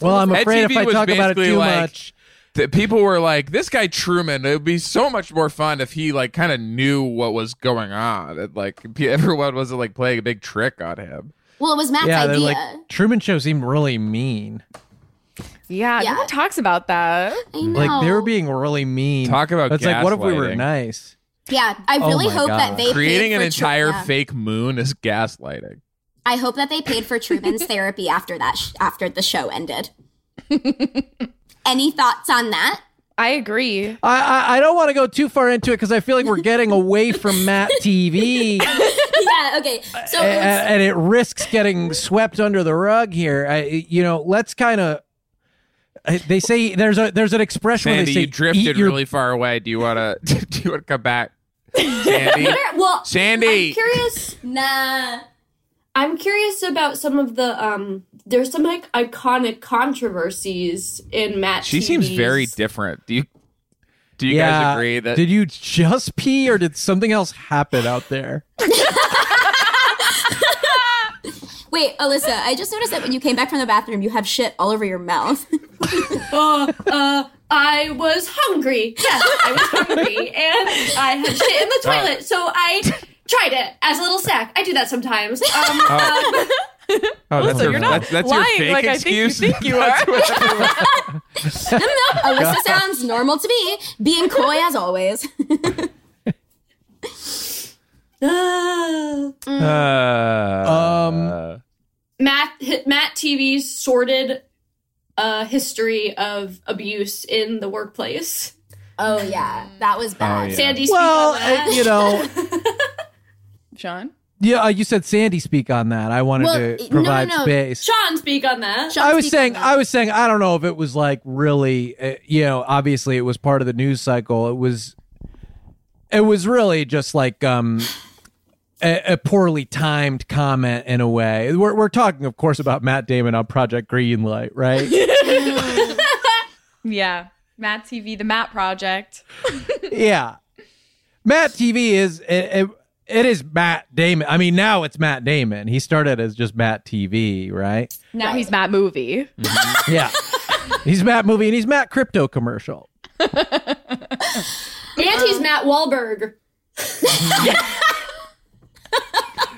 Speaker 5: Well, I'm
Speaker 3: Ed
Speaker 5: afraid if
Speaker 3: TV
Speaker 5: I
Speaker 3: was
Speaker 5: talk about it
Speaker 3: basically
Speaker 5: too
Speaker 3: like-
Speaker 5: much.
Speaker 3: The people were like, "This guy Truman. It would be so much more fun if he like kind of knew what was going on." It, like pe- everyone wasn't like playing a big trick on him.
Speaker 7: Well, it was Matt's
Speaker 5: yeah, they're
Speaker 7: idea.
Speaker 5: like Truman Show seemed really mean.
Speaker 6: Yeah, no one talks about that.
Speaker 5: Like they were being really mean. Talk
Speaker 3: about
Speaker 5: It's like what if we were
Speaker 3: gaslighting.
Speaker 5: nice?
Speaker 7: yeah, I
Speaker 5: Oh
Speaker 7: really
Speaker 5: my
Speaker 7: hope that
Speaker 5: God.
Speaker 7: they paid
Speaker 3: creating an
Speaker 7: for Tru-
Speaker 3: entire
Speaker 7: yeah.
Speaker 3: fake moon is gaslighting.
Speaker 7: I hope that they paid for Truman's therapy after that sh- after the show ended. Any thoughts on that?
Speaker 6: I agree.
Speaker 5: I I, I don't want to go too far into it because I feel like we're getting away from Matt TV.
Speaker 7: yeah. Okay. So
Speaker 5: A- a-
Speaker 7: it's-
Speaker 5: and, it risks getting swept under the rug here. I, you know, let's kind of. They say there's a there's an expression where
Speaker 3: Sandy,
Speaker 5: they say
Speaker 3: you drifted
Speaker 5: eat your
Speaker 3: really far away. Do you wanna do you wanna come back? Sandy.
Speaker 8: well,
Speaker 3: Sandy.
Speaker 8: curious.
Speaker 7: Nah.
Speaker 8: I'm curious about some of the um. There's some like iconic controversies in Matt.
Speaker 3: She seems
Speaker 8: TV's.
Speaker 3: very different. Do you do you guys
Speaker 5: Yeah.
Speaker 3: agree that
Speaker 5: Did you just pee or did something else happen out there?
Speaker 7: Wait, Alyssa, I just noticed that when you came back from the bathroom, you have shit all over your mouth.
Speaker 8: Uh, uh, I was hungry. Yes, I was hungry, and I had shit in the
Speaker 3: Uh,
Speaker 8: toilet, so I tried it as a little snack. I do that sometimes. Um,
Speaker 3: Oh.
Speaker 8: um,
Speaker 3: Oh, that's
Speaker 6: Alyssa,
Speaker 3: your,
Speaker 6: you're not
Speaker 3: that's, that's your
Speaker 6: lying
Speaker 3: fake
Speaker 6: like I think you
Speaker 3: excuse.
Speaker 6: think you are.
Speaker 3: That's what-
Speaker 7: no, no, no. Alyssa sounds normal to me, being coy as always.
Speaker 5: um,
Speaker 8: Matt hi- Matt TV's sordid uh, history of abuse in the workplace.
Speaker 7: Oh yeah, that was
Speaker 3: bad. yeah.
Speaker 8: Sandy, speak
Speaker 5: well,
Speaker 8: on that.
Speaker 5: uh, you know,
Speaker 6: Sean.
Speaker 5: yeah, uh, you said Sandy speak on that. I wanted to provide space.
Speaker 8: Sean, speak on that.
Speaker 5: I was saying, I was saying, I don't know if it was like really, uh, you know, obviously it was part of the news cycle. It was, it was really just like um, a, a poorly timed comment in a way. We're we're talking, of course, about Matt Damon on Project Greenlight, right?
Speaker 6: Yeah. Matt TV, the Matt Project.
Speaker 5: yeah. Matt TV is it, it, it is Matt Damon. I mean, now it's Matt Damon. He started as just Matt TV, right?
Speaker 6: Now he's Matt Movie.
Speaker 5: yeah. He's Matt movie and he's Matt crypto commercial.
Speaker 8: and he's Matt Wahlberg.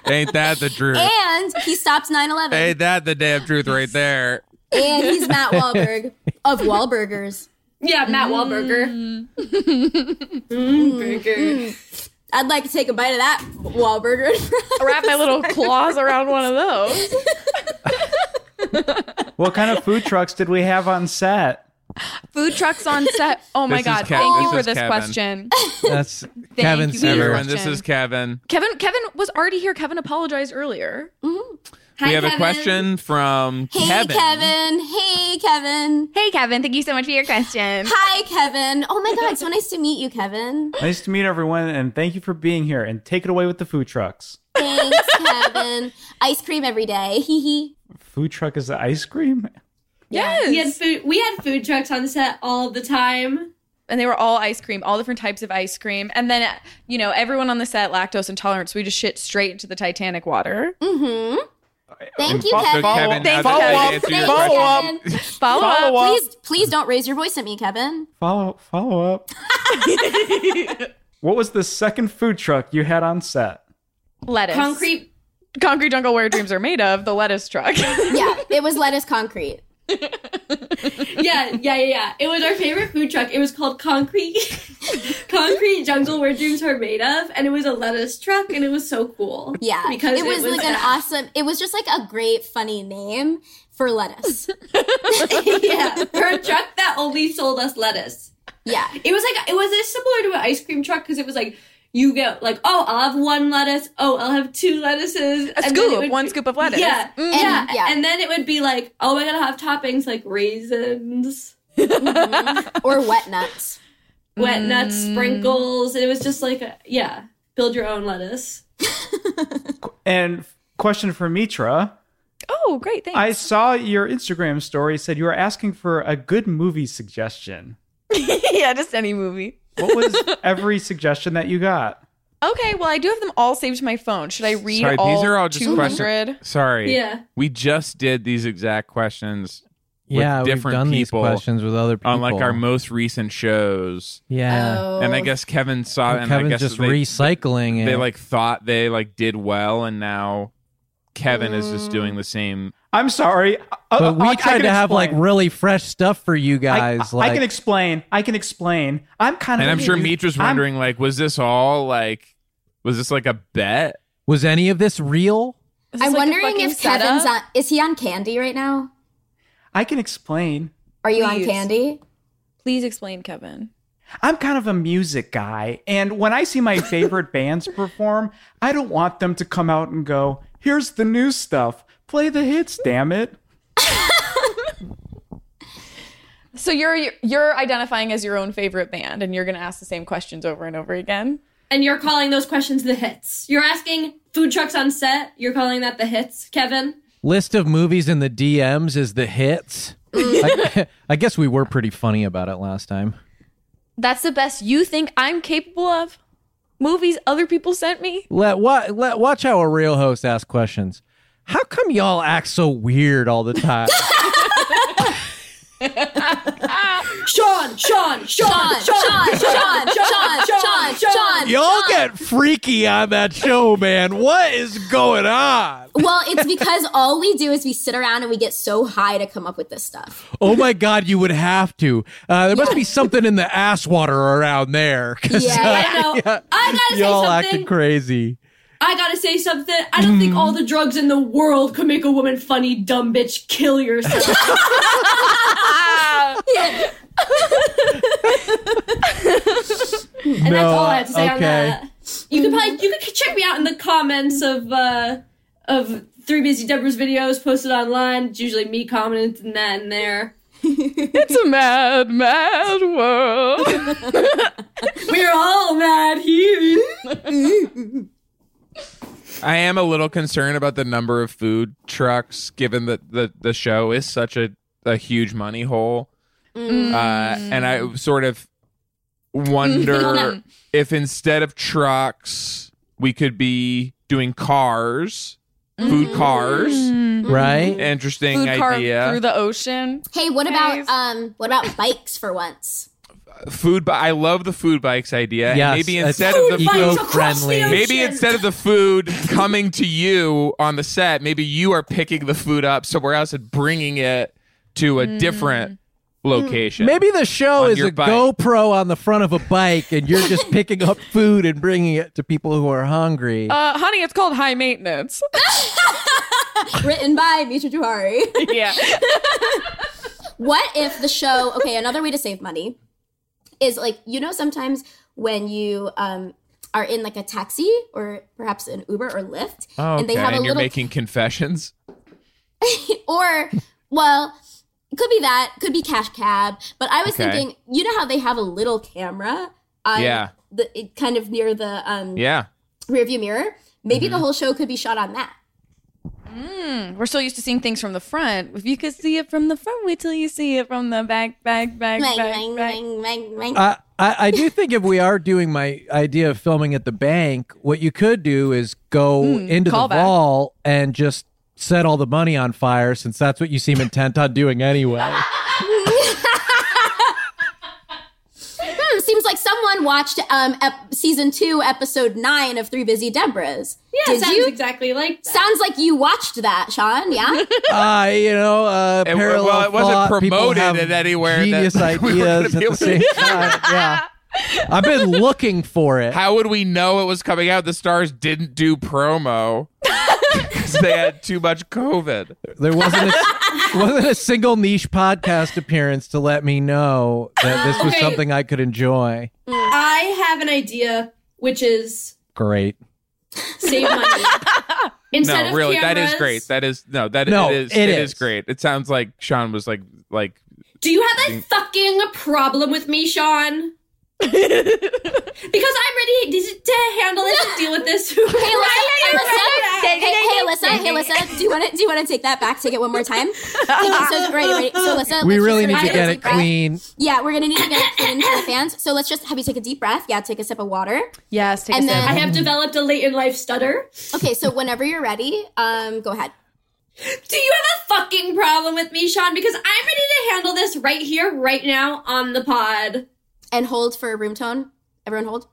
Speaker 3: Ain't that the truth?
Speaker 7: and he stops 9/11.
Speaker 3: Ain't that the damn truth right there?
Speaker 7: And he's Matt Wahlberg of Wahlburgers.
Speaker 8: Yeah, Matt Wahlburger. Mm, burger.
Speaker 7: I'd like to take a bite of that Wahlburger.
Speaker 6: Wrap my little claws around one of those.
Speaker 4: What kind of food trucks did we have on set?
Speaker 6: Food trucks on set. Oh my
Speaker 4: This is
Speaker 6: God.
Speaker 4: Kev-
Speaker 6: Thank you
Speaker 4: this
Speaker 6: for
Speaker 4: is
Speaker 6: this
Speaker 4: Kevin.
Speaker 6: question.
Speaker 5: That's Kevin
Speaker 6: you.
Speaker 5: Seaver.
Speaker 3: Everyone, this is Kevin.
Speaker 6: Kevin Kevin was already here. Kevin apologized earlier.
Speaker 3: we have a question from Kevin.
Speaker 7: Kevin. Hey, Kevin.
Speaker 10: Hey, Kevin. Thank you so much for your question.
Speaker 7: Hi, Kevin. Oh my God, it's so nice to meet you, Kevin.
Speaker 4: Nice to meet everyone, and thank you for being here. And take it away with the food trucks.
Speaker 7: Thanks, Kevin. Ice cream every day. Hee hee.
Speaker 4: Food truck is the ice cream.
Speaker 6: Yes.
Speaker 8: We had food we had food trucks on set all the time.
Speaker 6: And they were all ice cream, all different types of ice cream. And then, you know, everyone on the set lactose intolerant, so we just shit straight into the Titanic water.
Speaker 7: Mm-hmm. Thank
Speaker 3: And
Speaker 7: you,
Speaker 3: fo- so
Speaker 7: Kevin.
Speaker 3: um, Kevin,
Speaker 6: Thanks,
Speaker 3: how did I
Speaker 6: Kevin.
Speaker 3: answer your
Speaker 6: Follow
Speaker 3: question?
Speaker 6: up. Follow up.
Speaker 7: Please, please don't raise your voice at me, Kevin.
Speaker 4: Follow follow up. what was the second food truck you had on set?
Speaker 6: Lettuce.
Speaker 8: Concrete.
Speaker 6: Concrete jungle where dreams are made of, the lettuce truck.
Speaker 7: yeah, it was lettuce concrete.
Speaker 8: Yeah, yeah, yeah, yeah. It was our favorite food truck. It was called Concrete Concrete Jungle Where Dreams Are Made Of, and it was a lettuce truck and it was so cool.
Speaker 7: Yeah,
Speaker 8: Because
Speaker 7: it was, like an
Speaker 8: that.
Speaker 7: awesome. It was just like a great, funny name for lettuce.
Speaker 8: yeah, for a truck that only sold us lettuce.
Speaker 7: Yeah,
Speaker 8: it was like it was uh, similar to an ice cream truck because it was like you get like oh I'll have one lettuce oh I'll have two lettuces
Speaker 6: A
Speaker 8: and then it
Speaker 6: scoop,
Speaker 8: would
Speaker 6: one
Speaker 8: be-
Speaker 6: scoop of lettuce.
Speaker 8: yeah
Speaker 7: Mm-hmm.
Speaker 6: Mm.
Speaker 8: yeah.
Speaker 6: Yeah.
Speaker 8: and then it would be like oh I gotta have toppings like raisins
Speaker 7: Mm-hmm. or wet nuts
Speaker 8: wet nuts
Speaker 5: Mm.
Speaker 8: sprinkles and it was just like a, yeah build your own lettuce
Speaker 4: And f- question for Mitra.
Speaker 6: Oh, great. Thanks.
Speaker 4: I saw your Instagram story said you were asking for a good movie suggestion.
Speaker 6: yeah, just any movie.
Speaker 4: What was every suggestion that you got?
Speaker 6: Okay, well, I do have them all saved to my phone. Should I read
Speaker 3: Sorry,
Speaker 6: all
Speaker 3: these are all just
Speaker 6: 200?
Speaker 3: questions. Sorry.
Speaker 6: Yeah.
Speaker 3: We just did these exact questions with
Speaker 5: Yeah, we've
Speaker 3: different
Speaker 5: done these
Speaker 3: people.
Speaker 5: questions with other
Speaker 3: On like
Speaker 5: people.
Speaker 3: our most recent shows.
Speaker 5: Yeah. Oh.
Speaker 3: And I guess Kevin saw
Speaker 4: Oh.
Speaker 5: And
Speaker 3: and I
Speaker 5: Kevin's
Speaker 3: guess
Speaker 5: just
Speaker 3: they,
Speaker 5: recycling
Speaker 3: they
Speaker 5: it.
Speaker 3: like thought they like did well and now Kevin is just doing the same.
Speaker 4: I'm sorry. Uh, oh,
Speaker 5: But we tried to have like really fresh stuff for you guys. like
Speaker 4: I can explain. I can explain. I'm kind of.
Speaker 3: And I'm sure Mitra's wondering, like, was this all like, was this like a bet?
Speaker 5: Was any of this real?
Speaker 7: I'm wondering if Kevin's on. Is he on candy right now?
Speaker 4: I can explain.
Speaker 7: Are you on
Speaker 4: Please.
Speaker 7: candy?
Speaker 11: Please explain, Kevin.
Speaker 4: I'm kind of a music guy, and when I see my favorite bands perform, I don't want them to come out and go, "Here's the new stuff. Play the hits, damn it."
Speaker 11: So you're you're identifying as your own favorite band, and you're going to ask the same questions over and over again.
Speaker 8: And you're calling those questions the hits. You're asking food trucks on set. You're calling that the hits, Kevin.
Speaker 5: list of movies in the DMs is the hits. I, I guess we were pretty funny about it last time.
Speaker 11: That's the best you think I'm capable of. Movies other people sent me.
Speaker 5: Let what let watch how a real host asks questions. How come y'all act so weird all the time?
Speaker 8: Sean, Sean, Sean, Sean, Sean, Sean, Sean, Sean, Sean, Sean.
Speaker 5: y'all get freaky on that show, man. What is going on?
Speaker 7: Well, it's because all we do is we sit around and we get so high to come up with this stuff.
Speaker 5: Oh my god, you would have to. Uh, there must be something in the ass water around there. 'cause, uh,
Speaker 8: Yeah, I know. I gotta say
Speaker 5: y'all acted
Speaker 8: something.
Speaker 5: crazy.
Speaker 8: I gotta say something. I don't think all the drugs in the world could make a woman funny, dumb bitch, kill yourself. and that's all I have to say on that. You could probably you could check me out in the comments of uh of Three Busy Deborah's videos posted online. It's usually me commenting and that and there.
Speaker 11: it's a mad, mad world.
Speaker 8: We're all mad here.
Speaker 3: I am a little concerned about the number of food trucks, given that the, the show is such a, a huge money hole.
Speaker 12: Mm.
Speaker 3: Uh, and I sort of wonder if instead of trucks, we could be doing cars, food cars.
Speaker 8: Mm-hmm.
Speaker 5: Right.
Speaker 3: Interesting
Speaker 11: Food car
Speaker 3: idea.
Speaker 11: through the ocean.
Speaker 7: Hey, what about um what about bikes for once?
Speaker 3: food but I love the food bikes idea.
Speaker 5: Yes,
Speaker 3: and eh, maybe
Speaker 5: it's
Speaker 3: instead of the
Speaker 5: food bikes across the Eco-friendly. ocean.
Speaker 3: Maybe instead of the food coming to you on the set, maybe you are picking the food up somewhere else and bringing it to a
Speaker 7: Hmm.
Speaker 3: different location.
Speaker 5: Maybe the show
Speaker 3: On
Speaker 5: is
Speaker 3: your
Speaker 5: a
Speaker 3: bike.
Speaker 5: GoPro on the front of a bike, and you're just picking up food and bringing it to people who are hungry.
Speaker 11: Uh, honey, it's called high maintenance.
Speaker 7: Written by Mitra Juhari.
Speaker 11: yeah.
Speaker 7: what if the show okay, another way to save money is like you know sometimes when you um are in like a taxi or perhaps an Uber or Lyft
Speaker 3: Oh, okay.
Speaker 7: and they have a
Speaker 3: you're
Speaker 7: little
Speaker 3: making confessions.
Speaker 7: or well it could be that could be cash cab but i was
Speaker 3: Okay.
Speaker 7: thinking you know how they have a little camera on
Speaker 3: Yeah.
Speaker 7: the it kind of near the um
Speaker 3: Yeah. Mm-hmm.
Speaker 7: rear view mirror maybe the
Speaker 11: Mhm.
Speaker 7: whole show could be shot on that
Speaker 11: Mm, we're so used to seeing things from the front. If you could see it from the front, wait till you see it from the back, back, back,
Speaker 7: Wang,
Speaker 11: back,
Speaker 7: wang,
Speaker 11: back.
Speaker 7: wang, wang, wang.
Speaker 3: Uh,
Speaker 5: I, I, I do think if we are doing my idea of filming at the bank, what you could do is go
Speaker 11: Mm,
Speaker 5: into the
Speaker 11: callback.
Speaker 5: wall and just set all the money on fire, since that's what you seem intent on doing anyway.
Speaker 7: hmm, seems like someone watched um ep- season 2 episode 9 of 3 busy debras
Speaker 8: Yeah,
Speaker 7: did
Speaker 8: sounds
Speaker 7: you
Speaker 8: exactly like that.
Speaker 7: sounds like you watched that sean yeah
Speaker 5: Uh, you know, uh,
Speaker 3: It-
Speaker 5: parallel
Speaker 3: well, it wasn't
Speaker 5: thought, people
Speaker 3: promoted
Speaker 5: have
Speaker 3: it anywhere that
Speaker 5: Genius
Speaker 3: we were gonna
Speaker 5: ideas
Speaker 3: be
Speaker 5: at
Speaker 3: able
Speaker 5: the
Speaker 3: to-
Speaker 5: same time. Yeah, I've been looking for it.
Speaker 3: How would we know it was coming out? The stars didn't do promo. 'Cause they had too much COVID.
Speaker 5: There wasn't a, wasn't a single niche podcast appearance to let me know that this was
Speaker 8: Okay.
Speaker 5: something I could enjoy.
Speaker 8: I have an idea, which is
Speaker 5: Great.
Speaker 8: save money. Instead
Speaker 3: no,
Speaker 8: of
Speaker 3: really, that
Speaker 8: cameras,
Speaker 3: is great. That is no, that
Speaker 5: No,
Speaker 3: it is
Speaker 5: it
Speaker 3: it is.
Speaker 5: is.
Speaker 3: great. It sounds like Sean was like like
Speaker 8: Do you have
Speaker 3: Ding.
Speaker 8: a fucking problem with me, Sean? because I'm ready to, to handle this and deal with this. hey,
Speaker 7: Hey, Alyssa, Alyssa, hey, hey, Alyssa, hey, Alyssa, do you want to do you want to take that back? Take it one more time. So, right, right, so Alyssa,
Speaker 5: we
Speaker 7: let's
Speaker 5: really need to
Speaker 7: just everybody
Speaker 5: get
Speaker 7: take
Speaker 5: it
Speaker 7: a deep
Speaker 5: clean.
Speaker 7: breath. Yeah, we're gonna need to get it clean for the fans. So let's just have you take a deep breath. Yeah, take a sip of water.
Speaker 11: Yes,
Speaker 7: take a And sip. then-
Speaker 8: I have developed a late in life stutter.
Speaker 7: Okay, so whenever you're ready, um, go ahead.
Speaker 8: Do you have a fucking problem with me, Sean? Because I'm ready to handle this right here, right now, on the pod.
Speaker 7: And hold for room tone. Everyone hold.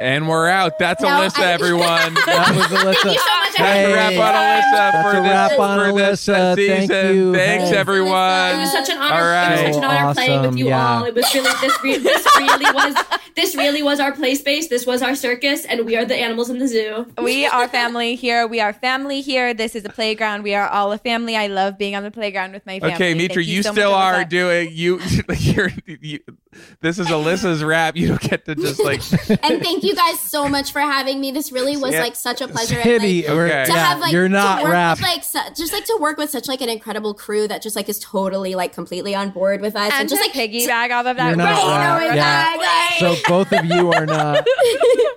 Speaker 3: and we're out. That's
Speaker 7: No,
Speaker 3: Alyssa,
Speaker 7: I-
Speaker 3: everyone.
Speaker 5: That was Alyssa.
Speaker 3: Oh
Speaker 7: Thank you so much,
Speaker 3: That's a wrap on Alyssa
Speaker 5: That's
Speaker 3: for
Speaker 5: a
Speaker 3: this,
Speaker 5: wrap on
Speaker 3: for this uh,
Speaker 5: Alyssa. Thank
Speaker 3: season.
Speaker 5: you.
Speaker 3: Thanks,
Speaker 5: Hey.
Speaker 3: everyone.
Speaker 8: It was such an honor.
Speaker 3: All right.
Speaker 8: It was such an honor playing with
Speaker 3: Awesome,
Speaker 8: you
Speaker 3: yeah.
Speaker 8: all. It was really this. Re- this really was. This really was our play space. This was our circus, and we are the animals in the zoo.
Speaker 10: We are family here. We are family here. This is a playground. We are all a family. I love being on the playground with my family.
Speaker 3: Okay,
Speaker 10: Thank
Speaker 3: Mitra, you,
Speaker 10: so much,
Speaker 3: still
Speaker 10: Alyssa.
Speaker 3: are doing you. You're, you. This is Alyssa's wrap. You don't get to just like.
Speaker 7: and thank you guys so much for having me. This really was
Speaker 3: Yeah.
Speaker 7: like such a pleasure.
Speaker 5: Pity,
Speaker 7: and, like,
Speaker 5: okay.
Speaker 7: to
Speaker 5: Yeah,
Speaker 7: have like
Speaker 5: you're not
Speaker 7: to work
Speaker 5: wrapped.
Speaker 7: with, like su- just like to work with such like an incredible crew that just like is totally like completely on board with us and,
Speaker 10: And
Speaker 7: just
Speaker 10: to
Speaker 7: like
Speaker 10: piggyback off of that.
Speaker 5: You're not
Speaker 10: right, right,
Speaker 5: wrapped. Yeah.
Speaker 10: right,
Speaker 5: So
Speaker 10: right.
Speaker 5: both of you are not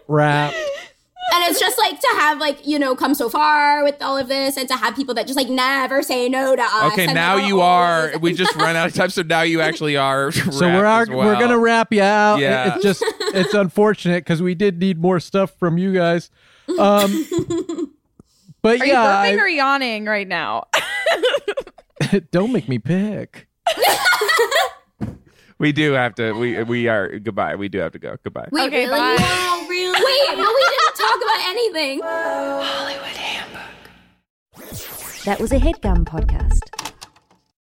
Speaker 5: wrapped.
Speaker 7: and it's just like to have like you know come so far with all of this and to have people that just like never say no to us.
Speaker 3: Okay,
Speaker 7: and
Speaker 3: now
Speaker 7: that are
Speaker 3: you are. We just ran out of time, so now you actually are.
Speaker 5: So we're our, we're gonna wrap you out.
Speaker 3: Yeah.
Speaker 5: It's just it's unfortunate because we did need more stuff from you guys. Um, but
Speaker 11: Are
Speaker 5: yeah,
Speaker 11: you burping
Speaker 5: I-
Speaker 11: or yawning right now?
Speaker 5: don't make me pick.
Speaker 3: We do have to. We we are goodbye. We do have to go. Goodbye.
Speaker 7: Wait,
Speaker 11: Okay,
Speaker 7: really?
Speaker 11: bye.
Speaker 7: No, really? Wait, but we didn't talk about anything.
Speaker 13: That was a headgum podcast.